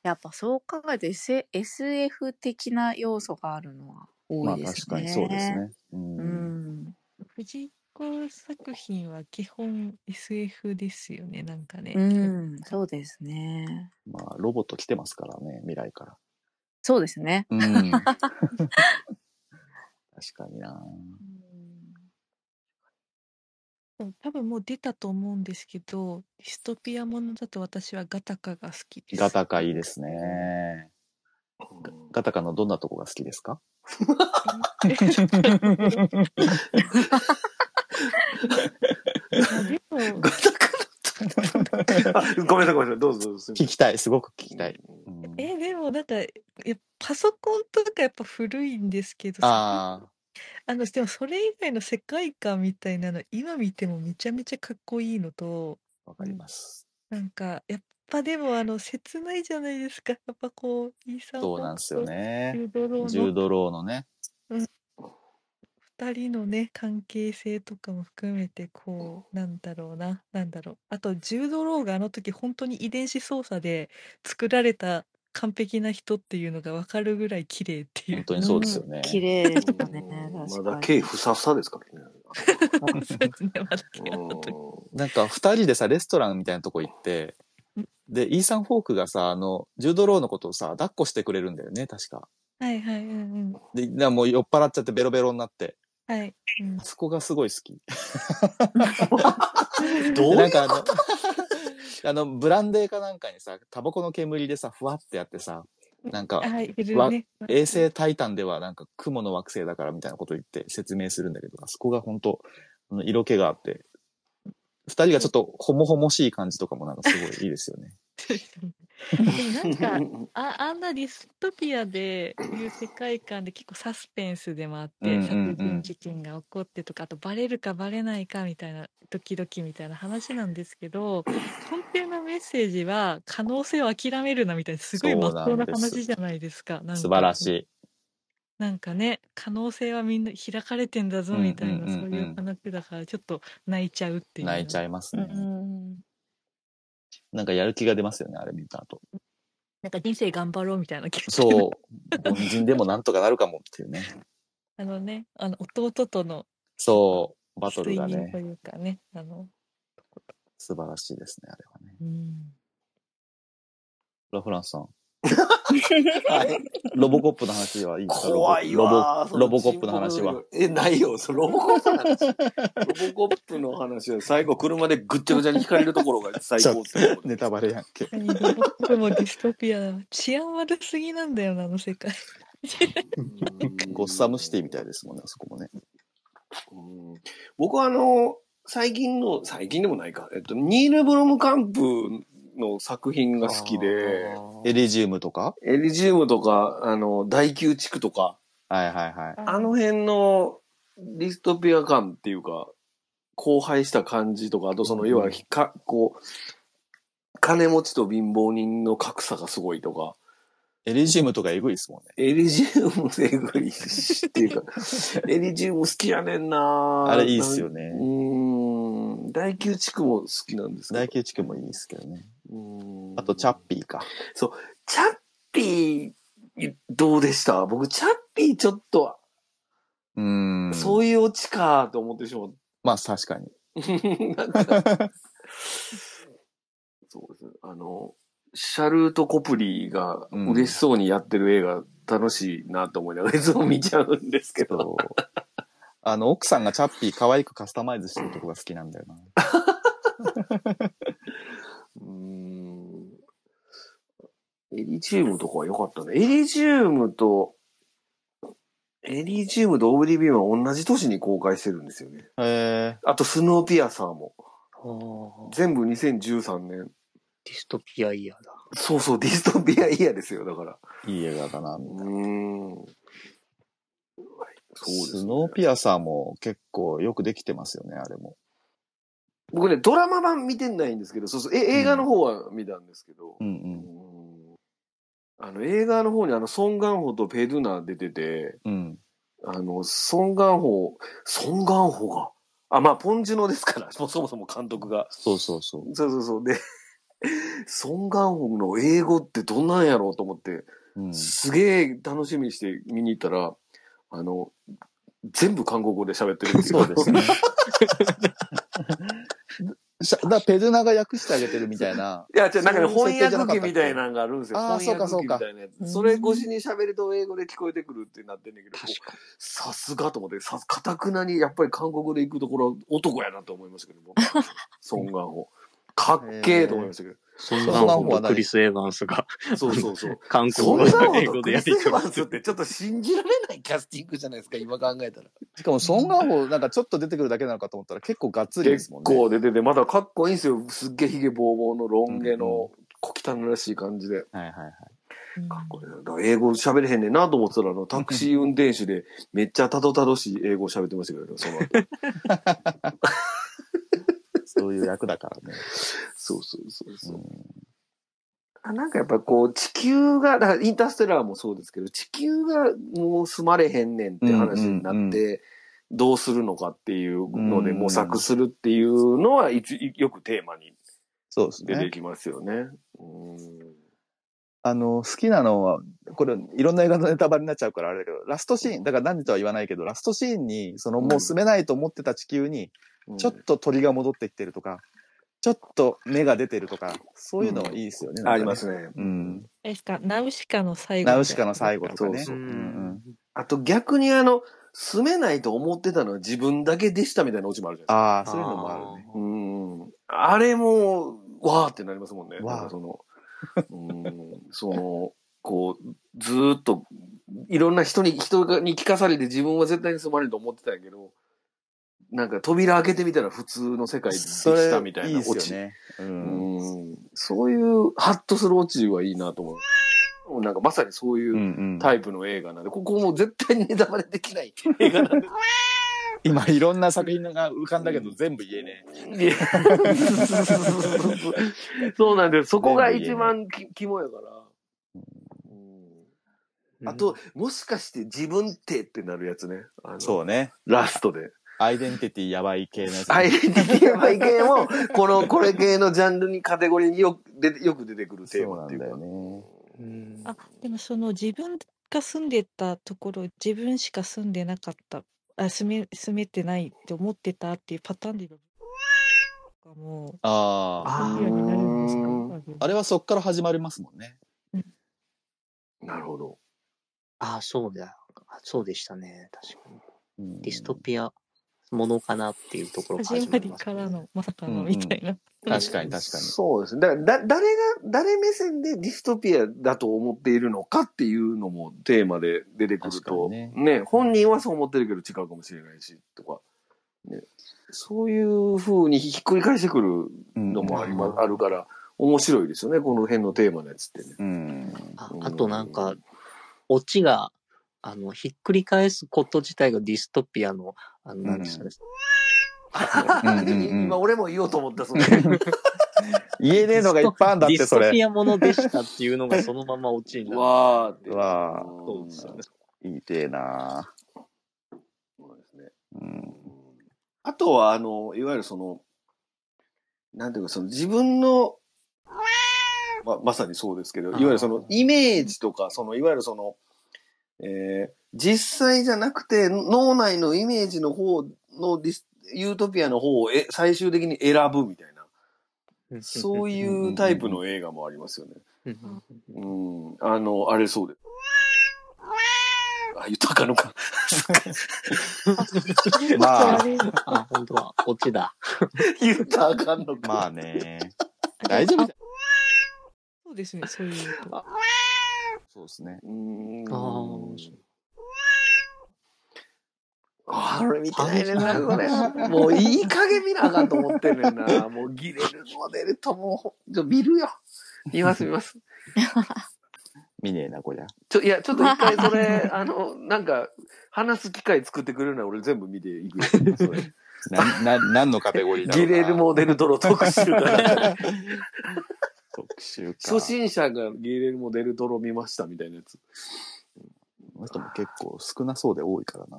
S6: やっぱそう考えると S SF 的な要素があるのは多
S1: ま
S6: い
S1: あ
S6: ですね。
S1: 確かにそうです。ね。う。
S6: うんん。
S7: 藤井子作品は基本 SF ですよね、なんかね。
S6: うん、そうですね。
S1: まあロボット来てますからね、未来から。
S6: そうですね。
S1: うん。 [LAUGHS] 確かにな
S6: うん
S7: でも多分もう出たと思うんですけど、ディストピアものだと私はガタカが好きです。
S1: ガタカいいですね。ガタカのどんなとこが好きですか
S7: まあでも、
S4: ガタガタあごめんなさい、ごめんなさい。どうぞどうぞ。すい
S1: 聞きたい、すごく聞きたい。う
S4: ま
S1: ん、
S7: え、でもなんか、やパソコンとかやっぱ古いんですけど、そこ
S1: ああ、
S7: あの、でもそれ以外の世界観みたいなの、今見てもめちゃめちゃかっこいいのと、
S1: わかります。
S7: なんか、やっぱでもあの、切ないじゃないですか。やっぱこう、イーサン・
S1: そう
S7: ホー
S1: なん
S7: ク
S1: ですよ
S7: とジ
S1: ね。
S7: ュード・ロー
S1: ジュー
S7: の
S1: ド・ローのね。
S7: 二人のね、関係性とかも含めて、こう、なんだろうな、なんだろう。あと、ジュード・ローがあの時本当に遺伝子操作で作られた完璧な人っていうのがわかるぐらい綺麗ってい
S1: 本
S7: う。
S1: 当に
S6: う
S1: そうですよ
S6: ん、綺
S1: ね。
S6: 麗でしたね。
S4: ま
S6: 確
S4: だ
S6: かに。
S4: 毛ふさふさですからね。
S7: [LAUGHS] そうですね、まだ
S4: う
S1: [LAUGHS]
S7: ケアの時。
S1: なんか二人でさ、レストランみたいなとこ行って、で、イーサン・フォークがさ、あの、ジュード・ローのことをさ、抱っこしてくれるんだよね、確か。
S7: はいはい、うんうん。
S1: で、なもう酔っ払っちゃってベロベロになって。
S7: はい。うん
S1: あそこがすごい好
S7: [LAUGHS]
S1: き。
S4: んどう
S1: で
S4: い
S1: な
S4: うん
S1: かあ [LAUGHS] の、あの、ブランデーかなんかにさ、タバコの煙でさ、ふわってやってさ、なんか、
S7: あ、いる
S1: わ
S7: ね。
S1: 衛星タイタンではなんか雲の惑星だからみたいなこと言って説明するんだけど、あそこが本当あの色気があって、二人がちょっとほもほもしい感じとかもなんかすごいいいですよ
S7: [LAUGHS]
S1: ね。
S7: でもなん
S1: [LAUGHS]
S7: か、ああんなディストピアでいう世界観で結構サスペンスでもあっ
S1: うんう
S7: て
S1: ん
S7: 殺
S1: うん
S7: 人事件が起こってとかあとバレるかバレないかみたいなドキドキみたいな話なんですけど根底のメッセージは可能性を諦めるなみたいなすごい真っ
S1: そ
S7: 当
S1: うな
S7: なん
S1: です
S7: 話じゃないですかなんか
S1: 素晴らしい。
S7: なんかね可能性はみんな開かれてんだぞ
S1: うん
S7: みたいな、
S1: うんうんうん
S7: そういう話だからちょっと泣いちゃうっていう
S1: 泣いちゃいますね。
S7: うん
S1: なんかやる気が出ますよね、あれ見た後。
S7: なんか人生頑張ろうみたいな気がする
S1: そう。凡人でもなんとかなるかもっていうね。
S7: あのねあの弟との
S1: そう。バトルが
S7: 睡眠と
S1: ね、
S7: いうかね、あの、
S1: 素晴らしいですね、あれはね。
S7: うん、
S1: ラフランスさん。
S4: はい
S1: ロボコップの話はいいですかロボ
S4: 怖いわー
S1: ロボロボコップの話は。。
S4: え、ないよ。そのロボコップの話。ロボコップの話は最後車でぐっちゃぐちゃに引かれるところが最高ってとこで
S1: ネタバレやんけ。
S7: 何ロボップもディストピアだな治安悪すぎなんだよな、あの世界。
S4: うん
S1: ゴッサムシティみたいですもんね、あそこもね。
S4: うん僕はあの、最近の、最近でもないか。えっと、ニール・ブロムカンプの作品が好きで、
S1: エリジウムとか
S4: エリジウムとか、あの、大宮地区とか、
S1: はいはいはい。
S4: あの辺のディストピア感っていうか、荒廃した感じとか、あとその、要はひか、こう、金持ちと貧乏人の格差がすごいとか、
S1: エリジウムとかエグいですもんね。
S4: エリジウムえぐいしっていう
S1: [LAUGHS]
S4: か、エリジウム好きやねんな
S1: あれいいっすよ
S4: う
S1: ね。
S4: ーん、大宮地区も好きなんですけど
S1: 大。宮地区もいいですけどね。
S4: うーん
S1: あと、チャッ。ピーか。
S4: チャッピー、どうでした僕、チャッピーちょっと、
S1: うーん。
S4: そういうオチかと思ってしまう。
S1: まあ、確かに。
S4: なんか、 [LAUGHS] そうですね。あの、シャルート・コプリーが
S1: うん
S4: 嬉しそうにやってる映画、楽しいなと思いながらいつも見ちゃうんですけど。
S1: そう。あの、奥さんがチャッピー可愛くカスタマイズしてるとこが好きなんだよな。
S4: うーん。エリジウムとかは良かったね。エリジウムと、エリジウムとオブリビオンは同じ年に公開してるんですよね。
S1: へえ。
S4: あと、スノーピアサーも。
S3: ああ、
S4: 全部2013年。
S3: ディストピアイヤーだ。
S4: そうそう、ディストピアイヤーですよ、だから。
S1: いい映画だな。
S4: うーん。そうです
S1: ス
S4: ね。
S1: ノーピアサーも結構よくできてますよね、あれも。
S4: 僕ね、ドラマ版見てないんですけど、そうそう、え映画の方は見たんですけど
S1: う、ん
S4: うーんあの、映画の方にあの、ソン・ガンホとペドゥナ出てて、
S1: うん。うん。
S4: あの、ソン・ガンホ、ソン・ガンホが、あ、まあ、ポンジュノですから、もう [LAUGHS] そもそも監督が。
S1: そうそうそう。
S4: そうそうそう。で、ソン・ガンホの英語ってどんなんやろうと思って、
S1: うん、
S4: すげえ楽しみにして見に行ったら、あの、全部韓国語で喋ってるんですよ。
S1: [LAUGHS] そうですね。しゃだペルナが訳してあげてるみたいな。
S4: いや、じゃあなんかね、
S1: そう
S4: 翻
S1: いう設定じゃなか
S4: 訳
S1: ったっ
S4: 機
S1: け
S4: みたいなのがあるんですよ。
S1: あー
S4: 翻訳
S1: そう
S4: 機
S1: か
S4: み
S1: そ
S4: たいなや
S7: うん
S4: つ。それ越しに喋ると英語で聞こえてくるってなってんだけど、
S3: 確か
S4: さすがと思って、さ、かたくなにやっぱり韓国語で行くところは男やなと思いましたけど、僕 [LAUGHS] ソン・ガンホ。かっけえと思いましたけど。
S3: に。ソン・
S1: ソ
S3: ガ
S1: ンガ
S3: ン
S1: ンホ
S3: ホ
S1: は
S3: と
S1: ない
S3: クリス・エヴァンスが、
S4: そうそうそう。
S3: [LAUGHS] 韓国
S4: ソン・
S3: 語
S4: ガン
S3: と英
S4: ホと
S3: 語
S4: ク
S3: で
S4: リ
S3: や
S4: ス・
S3: り
S4: エ
S3: と
S4: ヴ
S3: り
S4: ァンスってちょっと信じられないキャスティングじゃないですか、今考えたら。
S1: しかも、ソンガンホ、なんかちょっと出てくるだけなのかと思ったら結構ガッツリです
S4: 結
S1: もんね。
S4: 構出てて、まだかっこいいんですよ。すっげえヒゲボーボーのロン毛の小汚らしい感じで。
S1: はいはいはい。
S7: うん
S4: かっこいいなだから英語喋れへんねんなと思ってたら、あの、タクシー運転手でめっちゃたどたどしい英語喋ってましたけどね、 [LAUGHS] その後。
S1: そういう役だからね。
S4: そうそうそうそうう、
S1: ん、
S4: あなんかやっぱこう、地球が、だからインターステラーもそうですけど、地球がもう住まれへんねんって話になって、
S1: うんうん
S4: どうするのかっていうので
S1: うん
S4: 模索するっていうのは一よくテーマに
S1: そうです
S4: 出て
S1: ね。
S4: きますよね。うん
S1: あの、好きなのは、これ、いろんな映画のネタバレになっちゃうからあれだけど、ラストシーン、だから何とは言わないけど、ラストシーンに、そのもう住めないと思ってた地球に、
S4: うん
S1: ちょっと鳥が戻ってきてるとか、ちょっと芽が出てるとか、そういうのはいいですよね。なんかね
S4: ありますね。
S1: うん。
S7: あれですか、ナウシカの最後
S1: ナウ
S7: み
S1: シ
S7: たい
S1: カ
S7: な
S1: の最後とかね。
S4: そうそう
S1: うんうん
S4: あと逆にあの、住めないと思ってたのは自分だけでしたみたいなオチもあるじゃないで
S1: ああ、
S4: すか。
S1: そういうのもあるね。
S3: ね。
S4: うん。あれも、わーってなりますもんね。
S1: わー
S4: なんかその、うん、その、こう、ずーっと、いろんな人に、人に聞かされて自分は絶対に住まれると思ってたんやけど、なんか扉開けてみたら普通の世界で
S1: それ
S4: したみたいな
S1: っすよ
S4: 落ち。
S1: ね。う。
S4: うんん。そういう、ハッとする落ちはいいなと思う。なんかまさにそういううん
S1: うん
S4: タイプの映画なんで、ここも絶対にネタバレできない映画なんで。
S1: 今いろんな作品が浮かんだけど全部言えね
S4: い [LAUGHS] やそうなんです。そこが一番き肝やから。うんあと、もしかして自分ってってなるやつね。あの
S1: え。そうね。
S4: ラストで。
S1: アイデンティティやばい系のやつ。
S4: アイデンティティやばい系も、こ [LAUGHS] の、これ系のジャンルにカテゴリーによく出てよく出てくるテー
S1: そう
S4: マ
S1: な
S4: ってい
S1: ん
S4: う
S1: だ
S4: か。
S1: よね。
S4: うん
S7: あでもその自分が住んでたところ自分しか住んでなかったあ住め住めてないって思ってたっていうパターンでもう
S1: ああ。
S7: トピアになるんですか
S4: あ
S1: あれはそっから始まりますもんね。
S4: なるほど。
S3: ああ、そうだ。そうでしたね。確かに。
S1: うん
S3: ディストピアものかなっていうところから始
S7: 始ま
S3: まり
S7: り
S3: ます、
S7: か
S3: ね。
S7: らのまさか
S1: うんう
S7: の
S1: ん
S7: みたいな、
S1: 確かに確かに。
S4: そうですね。だだ誰が、誰目線でディストピアだと思っているのかっていうのもテーマで出てくると、
S1: 確
S4: ね
S1: か
S4: 本人はそう思ってるけど違うかもしれないし、とか、ね、そういう風にひっくり返してくる
S1: うん
S4: のもありま、
S3: うん
S4: あるから、面白いですよね、この辺のテーマのやつってね。
S1: うん。
S3: あ
S4: うん
S3: あとなんか、オチが、あの、ひっくり返すこと自体がディストピアの、あの、なんですかね。
S1: うんうんうん
S4: [LAUGHS] 今俺も言おうと思っ
S1: [LAUGHS]
S4: た、それ。
S1: 言えねえのがいっぱいあんだっ
S3: デ
S1: て、
S3: ィスト
S1: それ。
S3: ピアものでしたっていうのがそのままオチになる。
S4: わーって。
S1: わー
S4: うん
S3: そうですよね。
S1: 言いてえな
S4: そうですね。
S1: うん。
S4: あとは、あの、いわゆるその、なんていうか、その自分の、ま、まさにそうですけど、
S3: あ
S4: いわ
S3: ー
S4: ゆるそのイメージとか、その、いわゆるその、えー実際じゃなくて、脳内のイメージの方のディス、ユートピアの方をえ最終的に選ぶみたいな、そういうタイプの映画もありますよね。
S3: うん。
S4: うん、あの、あ
S3: [LAUGHS]
S4: れそうで。あ、言ったらあかんのか。
S1: まあ、
S3: あ、本当は、オチだ。
S4: 言ったらあかんのか。
S1: まあね。
S7: あ
S1: 大丈夫
S7: あ [LAUGHS] そうですねそういうと
S1: そうですね。
S4: うん
S3: あーそう
S4: あれ見てないねんな、これ。もういい加減見なあかんと思ってんね
S1: [LAUGHS]
S4: んな。もうギレルモデルともう、ちょ、見るよ。見ます、見ます。
S1: 見ねえな、こりゃ。
S4: ちょ、いや、ちょっと一回そ
S1: [LAUGHS]
S4: れ、あの、なんか、話す機会作ってくれるなら俺全部見ていくよ。そ
S1: [LAUGHS]
S4: れ
S1: な、な、何のカテゴリーだろう
S4: ギ
S1: な。
S4: レルモデル泥特集
S1: [LAUGHS]
S4: から。
S1: 特集か。
S4: 初心者がギレルモデル泥見ましたみたいなやつ。
S1: この人も結構少なそうで多いからな。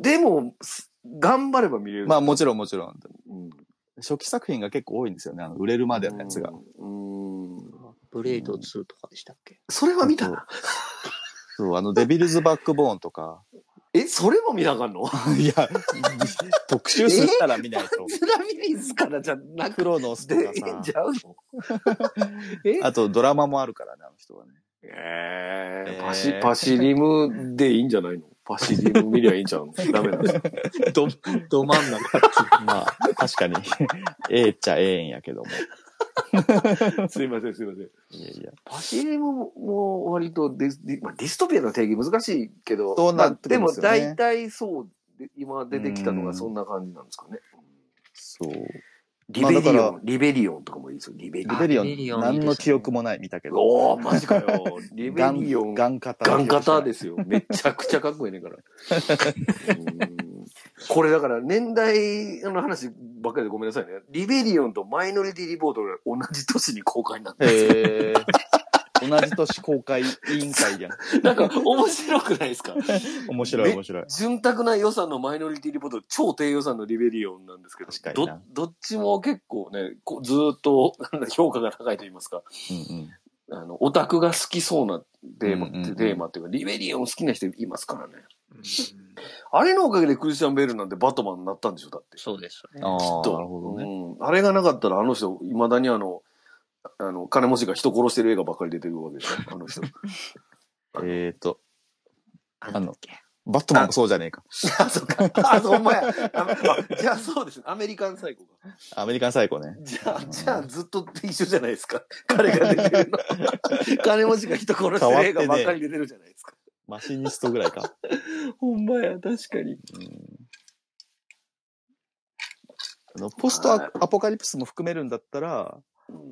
S4: でも、す頑張れば見れる。
S1: まあもちろんもちろん。
S4: うん、
S1: 初期作品が結構多いんですよね。あの、売れるまでのやつが。
S4: うん。うん
S3: ブレイド2とかでしたっけ
S4: それは見たな。
S1: そう、あの、デビルズ・バックボーンとか。
S4: え、それも見なあかんの
S1: いや、特集すったら見ないと。
S4: ズラミリーズからじゃな
S1: ク
S4: く
S1: ロノスと
S4: て
S1: か
S4: いい
S1: さ
S4: んち。ゃうの [LAUGHS] え
S1: あとドラマもあるからね、あの人はね。
S4: え
S1: えー
S4: ー、パシ、パシリムでいいんじゃないのパシリム見りゃいいんちゃうの
S1: [LAUGHS]
S4: ダメなんですか
S3: ど、ど真ん中。
S1: まあ、確かに、 [LAUGHS] ええっちゃええんやけども。
S4: すいません、すいません。
S1: いやいや。
S4: パシリムも割とディス、ディまあ、ディストピアの定義難しいけど、
S1: そうなってくる
S4: で
S1: んで
S4: も
S1: すよね
S4: 大体そうで、今出てきたのがそんな感じなんですかね。
S1: そう。
S4: リベリ
S1: まあだ
S4: オ
S1: か
S4: ン、リベリオンとかもいいですよ、リベリオ
S1: リ
S4: ン。
S1: ベリ
S3: あリベリ
S1: オ
S3: オ
S1: ン、
S3: ン
S1: 何の記憶もない、見たけど。
S4: おおマジかよ。リベ
S1: ガン、
S4: リオン
S1: ガン型。。
S4: ガン型ですすよ。めちゃくちゃかっこいいねんから。うんこれだから年代の話ばっかりでごめんなさいね。リベリオンとマイノリティリポートが同じ年に公開になっ
S1: へえ。同じ年公開委員会やん。
S4: た。なんか面白くないですか
S1: [LAUGHS] 面白い面白い。
S4: 潤沢な予算のマイノリティリポート、超低予算のリベリオンなんですけど
S1: 確か、にな
S4: どどっちも結構ね、こうずーっとなんだ評価が高いと言いますか、
S1: うんうん。
S4: あの、オタクが好きそうなテーマ、
S1: うんうんうん
S4: テーマっていうか、リベリオン好きな人いますからね。あれのおかげでクリスチャン・ベールなんてバットマンになったんでしょだって。
S3: そうですよ
S1: あ
S3: ね。
S1: あ、
S4: と
S1: なるほどね。
S4: うん。あれがなかったら、あの人、いまだにあの、あの、金持ちが人殺してる [LAUGHS] 映画ばっかり出てくるわけでしょあの人。
S1: えっと、
S3: あの、
S1: バットマンもそうじゃねえか。
S4: あ、そっか。 [LAUGHS] あ、そうほんまや。ああじゃあそうですね。アメリカンサイコか。
S1: アメリカン最高ね。
S4: じゃあ、じゃあずっと一緒じゃないですか。彼が出て [LAUGHS] るの。金持ちが人殺してる映画ばっかり出てるじゃないですか。
S1: マシニストぐらい [LAUGHS] か。
S4: ほんまや、確かに。
S1: うんあのポストアアポカリプスも含めるんだったら、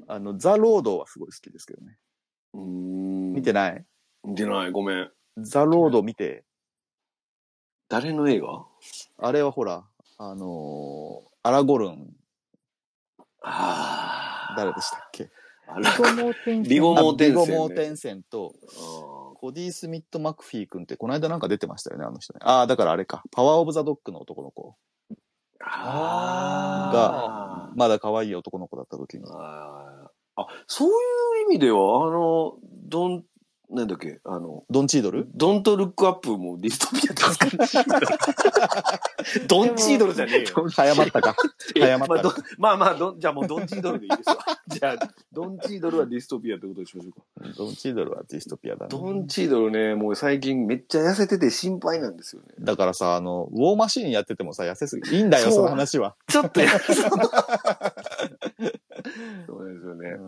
S1: あの、ザ・ロードはすごい好きですけどね。
S4: うん。
S1: 見て
S4: ない。
S1: ない
S4: 見てない、ごめん。
S1: ザ・ロード見て、
S4: 誰の映画
S1: あれはほら、あのーアラゴルン、
S4: あ
S1: 誰でしたっけ
S4: あ。あれ
S5: ゴモーテンセン
S4: リゴモ盲点線ね
S1: ビゴ盲点線と、コディ・スミット・マクフィー君って、この間なんか出てましたよね、あの人ね。ああ、だからあれか。パワー・オブ・ザ・ドッグの男の子。
S4: あー
S1: まだ可愛い男の子だった時に。
S4: あーあ、そういう意味では、あの、ドン、なんだっけ、あの、
S1: ドン・チードル
S4: ドントルックアップもディストピアですから
S5: [LAUGHS]
S4: ドンチードルじゃねえ
S1: [LAUGHS]
S4: よ。
S1: 早まったか。早まった
S4: まあどまあまあどん、じゃあもうドンチードルでいいですわ。 [LAUGHS] じゃあ、ドンチードルはディストピアってことにしましょうか。
S1: ドン・チードルはディストピアだね。
S4: ドンチードルね、もう最近めっちゃ痩せてて心配なんですよね。
S1: だからさ、あの、ウォーマシーンやっててもさ、痩せすぎ。いいんだよ、
S4: そう
S1: その話は。
S4: ちょっと痩せそう。そうですよね。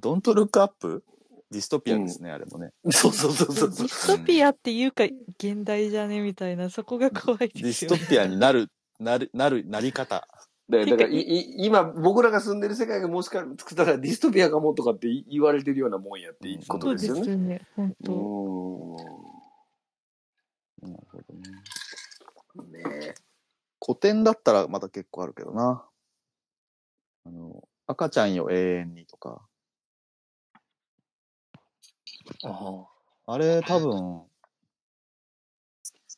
S1: ドントルックアップディストピアですね、あれもね。
S4: そうそうそうそうそ
S7: デ
S4: う
S7: ィ。ストピアっていうか現代じゃねみたいなそこが怖い
S1: デ
S7: で
S1: ィ
S7: す
S1: ス
S7: よ
S1: ト
S7: ね。
S1: ピアになる、なる、なる、なり方。
S4: だからだからいい今僕らが住んでる世界がもしかしたらディストピアかもとかって言われてるようなもんやっていうこ
S7: そ
S4: と
S7: う
S4: で
S7: です
S4: よね。
S7: すね。本
S4: う
S7: 当。
S1: なるほどね。
S4: んね
S1: 古典だったらまた結構あるけどな。あの、赤ちゃんよ永遠にとか。
S3: ああ
S1: あれ多分、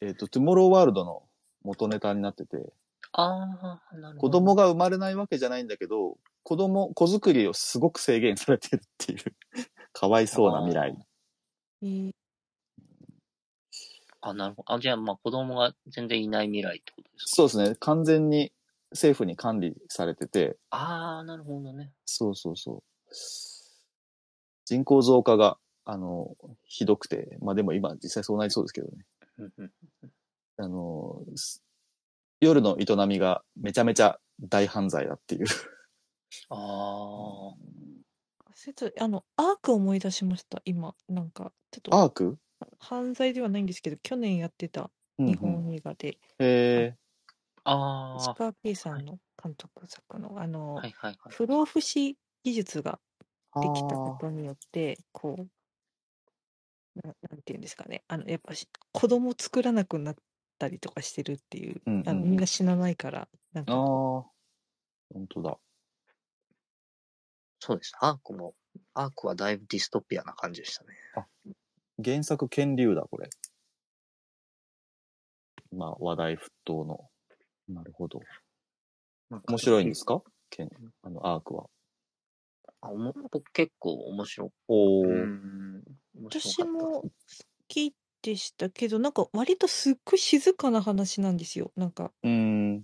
S1: えっ、と、トゥモローワールドの元ネタになってて、
S3: ああ、なるほ
S1: 子
S3: ど。
S1: 供が生まれないわけじゃないんだけど、子供、子作りをすごく制限されてるっていう、かわいそうな未来。
S7: えー
S3: あ、なるほど。あ、じゃあ、まあ、子供が全然いない未来ってことですか。
S1: そうですね。完全に政府に管理されてて、
S3: ああ、なるほどね。
S1: そうそうそう。人口増加が、あの、ひどくて、まあでも今実際そうなりそうですけどね。
S3: うんうん
S1: あの、す夜の営みがめちゃめちゃ大犯罪だっていう。
S3: ああ、
S7: せつあのアーク思い出しました今なんかちょっと
S1: アーク
S7: 犯罪ではないんですけど去年やってた
S1: うんう
S7: 日
S1: ん。
S7: 本映画で
S1: へえ。
S3: あ
S7: 石川圭さんの監督作のあ
S3: あ、
S7: の
S3: はいはいはい。
S7: 不老不死技術が
S1: あ
S7: できた
S1: ー
S7: ことによってこうななんていうんですかねあのやっぱし子供作らなくなったりとかしてるっていう
S1: うんう
S7: あの
S1: ん
S7: みんな死なないからな
S1: ああ
S7: んかこう。
S1: 本当だ。
S3: そうです。アークも、アークはだいぶディストピアな感じでしたね。
S1: 原作、剣竜だ、これ。まあ、話題沸騰の。なるほど。
S3: なんか
S1: 面白いんですか剣、あの、アークは。
S3: あおも僕結構面白
S1: お
S3: う
S1: ー。
S3: ーん面白
S7: 私
S3: かった。
S7: も好きでしたけどなんか割とすっごい静かな話なんですよなんか
S1: うーん。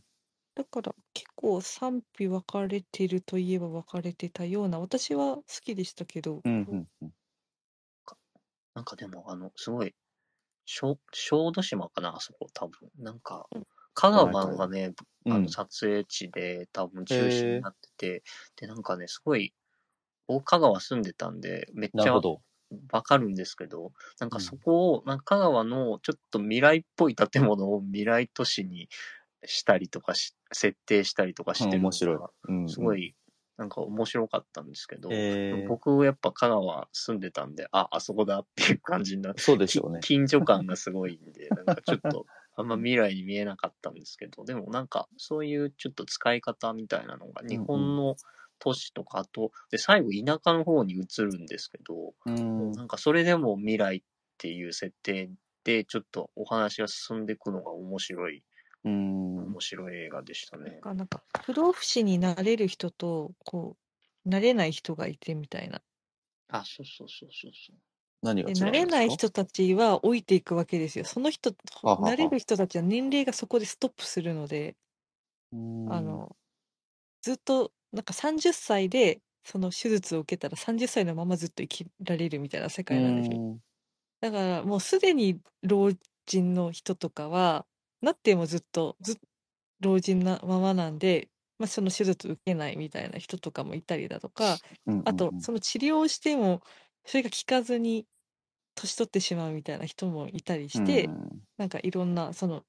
S7: だから結構賛否分かれてるといえば分かれてたような私は好きでしたけど、
S1: うん、
S7: こ
S1: う、
S7: うん
S1: うん。
S3: なんかでも、あの、すごい、小小豆島かな、あそこ、多分。なんか、香川がね、
S1: うん
S3: あの、撮影地で多分中止になってて、で、なんかね、すごい、大香川住んでたんで、めっ
S1: な
S3: ち
S1: るほ
S3: ゃ
S1: ど。
S3: わかるんですけど、なん
S1: う
S3: か
S1: ん
S3: そこを、なんか香川のちょっと未来っぽい建物を未来都市にしたりとかし、設定したりとか
S1: う
S3: し
S1: ん
S3: てるの
S1: 面白い
S3: が、。
S1: うん、
S3: すご
S1: い。
S3: い、なんか面白かったんですけど、
S1: え
S3: でも
S1: ー、
S3: 僕やっぱ香川住んでたんで、あ、あそこだっていう感じにな
S1: そうでし
S3: き
S1: ょうね。
S3: 近所感がすごいんで、なんかちょっと、あんま未来に見えなかったんですけど、でもなんか、そういうちょっと使い方みたいなのが、日本の都市とか、あと、で、最後田舎の方に移るんですけど、
S1: う
S3: も
S1: ん
S3: う。なんかそれでも未来っていう設定で、ちょっとお話が進んでいくのが面白い、
S1: うん。
S3: 面白い映画でしたね。
S7: うなんか不老不死になれる人とこうなれない人がいてみたいな
S3: あ、そうそうそうそうそう。
S1: 何が違う
S7: で
S1: んですか
S7: なれない人たちは老いていくわけですよその人
S1: ははは
S7: なれる人たちは年齢がそこでストップするので
S1: うん
S7: あのずっとなんか30歳でその手術を受けたら30歳のままずっと生きられるみたいな世
S1: う
S7: 界なんですよ
S1: ん。
S7: だからもうすでに老人の人とかはなってもずっとずっ老人なままなんで、まあ、その手術受けないみたいな人とかもいたりだとか
S1: うんうんうん
S7: あとその治療をしてもそれが効かずに年取ってしまうみたいな人もいたりして、
S1: うん
S7: なんかいろんなその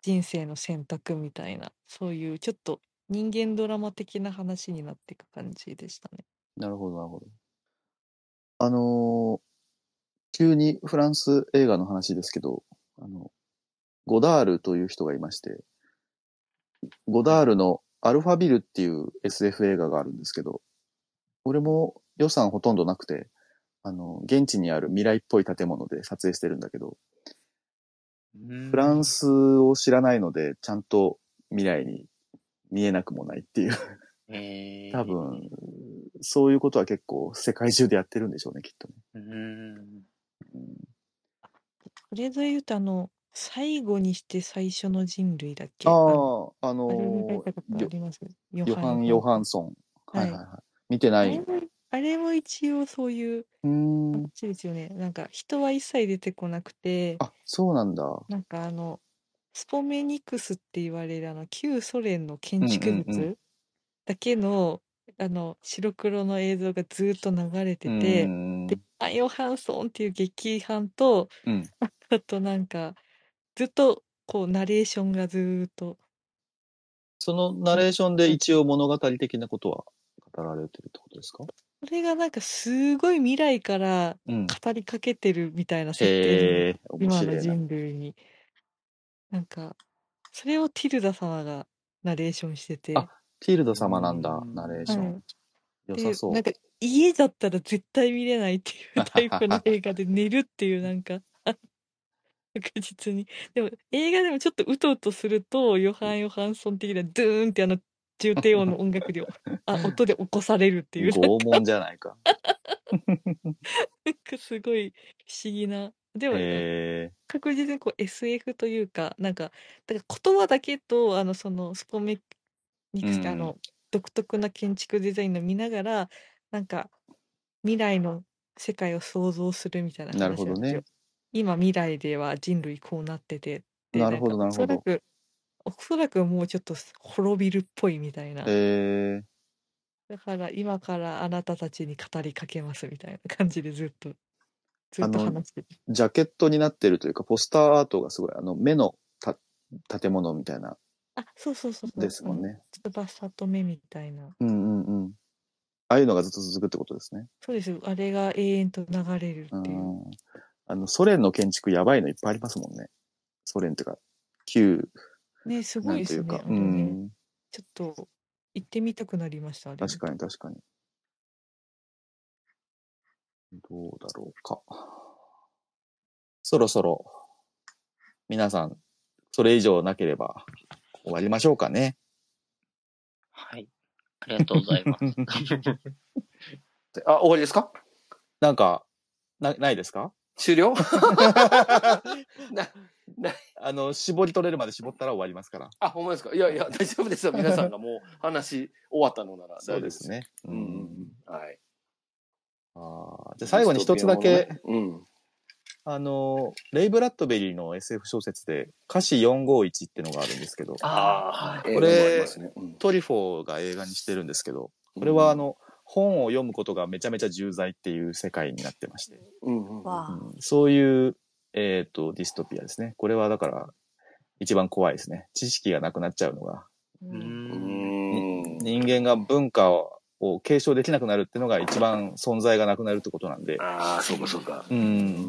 S7: 人生の選択みたいなそういうちょっと人間ドラマ的な話になっていく感じでしたね。
S1: なるほど、なるほど。あのー急にフランス映画の話ですけど、あの、ゴダールという人がいまして、ゴダールのアルファビルっていう SF 映画があるんですけど、俺も予算ほとんどなくて、あの、現地にある未来っぽい建物で撮影してるんだけど、フ
S3: フ
S1: ランスを知らないので、ちゃんと未来に見えなくもないっていう、
S3: えー、
S1: 多分、そういうことは結構世界中でやってるんでしょうね、きっとね。
S3: うん
S1: うん
S7: それで言うとあの最後にして最初の人類だっけあの
S1: ああ、あ
S7: あれもやり
S1: の
S7: たかっ
S1: ー
S7: たあ
S1: ヨ
S7: ります [LAUGHS] ヨ
S1: ヨ
S7: ハ
S1: ハ
S7: ン・
S1: ン・
S7: ヨ
S1: ヨ
S7: ハ
S1: ハ
S7: ン
S1: ンソン。
S7: は
S1: は
S7: い
S1: いはいはい。見てな
S7: あ
S1: い。
S7: れ
S1: う
S7: もあれも一応そういう
S1: ー
S7: あっ
S1: ん。
S7: ちですよねなんか人は一切出てこなくて
S1: あ、そうなんだ。う
S7: なんかあのスポメニクスって言われるあの旧ソ連の建
S1: ん
S7: 築
S1: うんうん。
S7: 物だけのあの白黒の映像がずーっと流れ
S1: う
S7: てて、
S1: ー
S7: で
S1: ん。
S7: アン・ヨハンソンっていう劇伴と
S1: うん。
S7: あとなんかずっとこうナレーションがずーっと
S1: そのナレーションで一応物語的なことは語られてるってことですか
S7: それがなんかすごい未来から
S1: うん。
S7: 語りかけてるみたいな設定なの
S1: へえ、面
S7: 今の
S1: 白いな。
S7: 人類になんかそれをティルダ様がナレーションしてて
S1: あ、ティルダ様なん
S3: う
S1: だ、
S3: ん
S1: ナレー
S7: は
S1: ショ
S7: い
S1: ン。良さ
S7: でなん
S1: そ
S7: か家だったら絶対見れないっていう
S1: [LAUGHS] う。
S7: タイプの映画で寝るっていうなんか確実に。でも映画でもちょっとうとうとすると、ヨハン・ヨハンソン的なドゥーンってあの重低音の音楽で、あ、音で起こされるっていう、なん
S1: 拷問じゃない
S7: [LAUGHS]
S1: か。
S7: かすごい不思議な。でもなんか
S1: へえ。
S7: 確実にこう SF というか、なんか、だから言葉だけと、あの、そのスポメニ
S1: う
S7: クスってあ
S1: ん。
S7: の、独特な建築デザインの見ながら、なんか未来の世界を想像するみたいな
S1: なるほ
S7: 話な
S1: ど
S7: んですよ。
S1: ね。
S7: 今未来では人類こうなってて、で、
S1: なる
S7: なん
S1: ほ
S7: か
S1: ど、な
S7: お
S1: る
S7: そ
S1: ほ
S7: ら
S1: ど。
S7: く、おそらくもうちょっと滅びるっぽいみたいな。
S1: へえ。
S7: だから今からあなたたちに語りかけますみたいな感じでずっと、ずっ
S1: あ
S7: と
S1: の、
S7: 話してて。
S1: ジャケットになってるというか、ポスターアートがすごい、あの、目のた建物みたいな、
S7: あ、そうそうそうそ
S1: で
S7: う。
S1: す
S7: う
S1: もん
S7: ん。
S1: ね。
S7: 翼と目みたいな。
S1: うんうんうん。ああいうのがずっと続くってことですね。
S7: そうですよ。あれが永遠と流れるっ
S1: う
S7: ていう。
S1: ん。あの、ソ連の建築やばいのいっぱいありますもんね。ソ連というか、旧、
S7: ね、す
S1: な
S7: ごい
S1: ん
S7: で
S1: とい
S7: す
S1: う
S7: ね。
S1: か、
S7: あ
S1: う
S7: れね。
S1: ん。
S7: ちょっと行ってみたくなりました、あれ
S1: 確
S7: 見
S1: か
S7: た。
S1: に確かに。どうだろうか。そろそろ、皆さん、それ以上なければ、終わりましょうかね。
S3: はい。ありがとうございます。
S4: あ、終わりですか
S1: なんか、な、ないですか
S4: 終了なな
S1: あの、絞り取れるまで絞ったら終わりますから。
S4: あ、ほんまですかいやいや、大丈夫ですよ。皆さんがもう話終わったのなら
S1: そ
S4: 大
S1: う
S4: 丈夫
S1: で
S4: ですすよ。
S1: ね。う。
S4: うんうんうんん。はい。
S1: ああ、じゃあ最後に一つだ
S4: ディス
S1: け
S4: ト、ピアものね。
S1: あの、レイ・ブラッドベリーの SF 小説で、歌詞451ってのがあるんですけど、
S4: うん。ああ、映
S1: こ
S4: 画もあり
S1: れ
S4: ますね。うん。
S1: トリフォーが映画にしてるんですけど、これはあの、本を読むことがめちゃめちゃ重罪っていう世界になってまして、
S4: うんうんうん。
S1: う
S6: わ
S1: ん、そういう、えっ、と、ディストピアですね。これはだから、一番怖いですね。知識がなくなっちゃうのが、
S6: う。
S3: うん。
S4: うん
S1: に
S4: ー
S1: 人
S4: ん。
S1: 間が文化を継承できなくなるっていうのが一番存在がなくなるってことなんで、
S4: ああ、そうかそうか。
S1: う、
S4: うん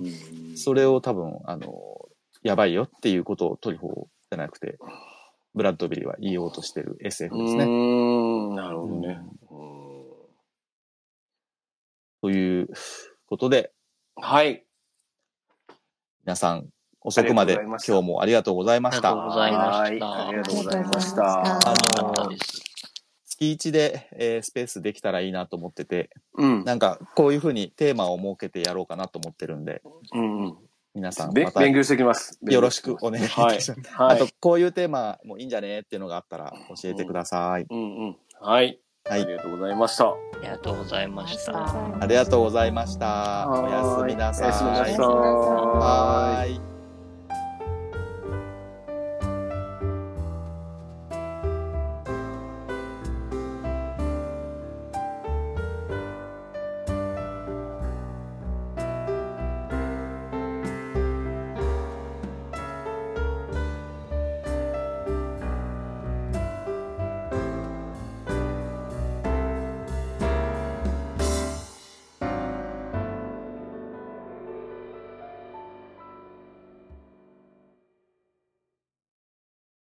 S4: ん。
S1: それを多分、あの、やばいよっていうことをトリフォーじゃなくて、ブラッドビリーは言おうとしてる SF ですね。
S4: うーん、なるほ
S1: う
S4: ど
S1: ん
S4: ね。う
S1: ということで、
S4: んはい。
S1: 皆さん遅くまで
S4: ありがとうございました
S1: 今日もありがとうございました。
S3: ありがとうございま
S4: は
S3: し
S4: い。
S3: た。
S4: あり
S3: よ
S4: がとうございまし
S1: あ
S6: あ
S4: た。
S3: かった
S1: の
S3: で、す。
S1: 月1で、えースペースできたらいいなと思ってて、
S4: うん。
S1: なんかこういうふうにテーマを設けてやろうかなと思ってるんで、
S4: うんうん。
S1: 皆さん
S4: べ
S1: また
S4: 勉
S1: よ
S4: 強してきます。勉強
S1: ろ
S4: し
S1: してく
S4: きます
S1: お願いい
S4: は
S1: た
S4: い
S1: します。。
S4: は
S1: あ
S4: い
S1: と。こういうテーマもいいんじゃねっていうのがあったら教えてください。
S4: うんうん。はい。
S1: は
S4: あ
S1: い。
S4: りがとうございました。
S3: ありがとうございまし
S7: ありがとうござ
S3: た。
S7: い
S1: あ
S7: ま
S1: りが
S7: し。
S1: とうございましたた。おやす
S4: はー
S1: み
S4: い。
S1: な
S4: おやすみ
S1: さ
S4: なさ
S1: い。
S4: ーい。
S1: はーい。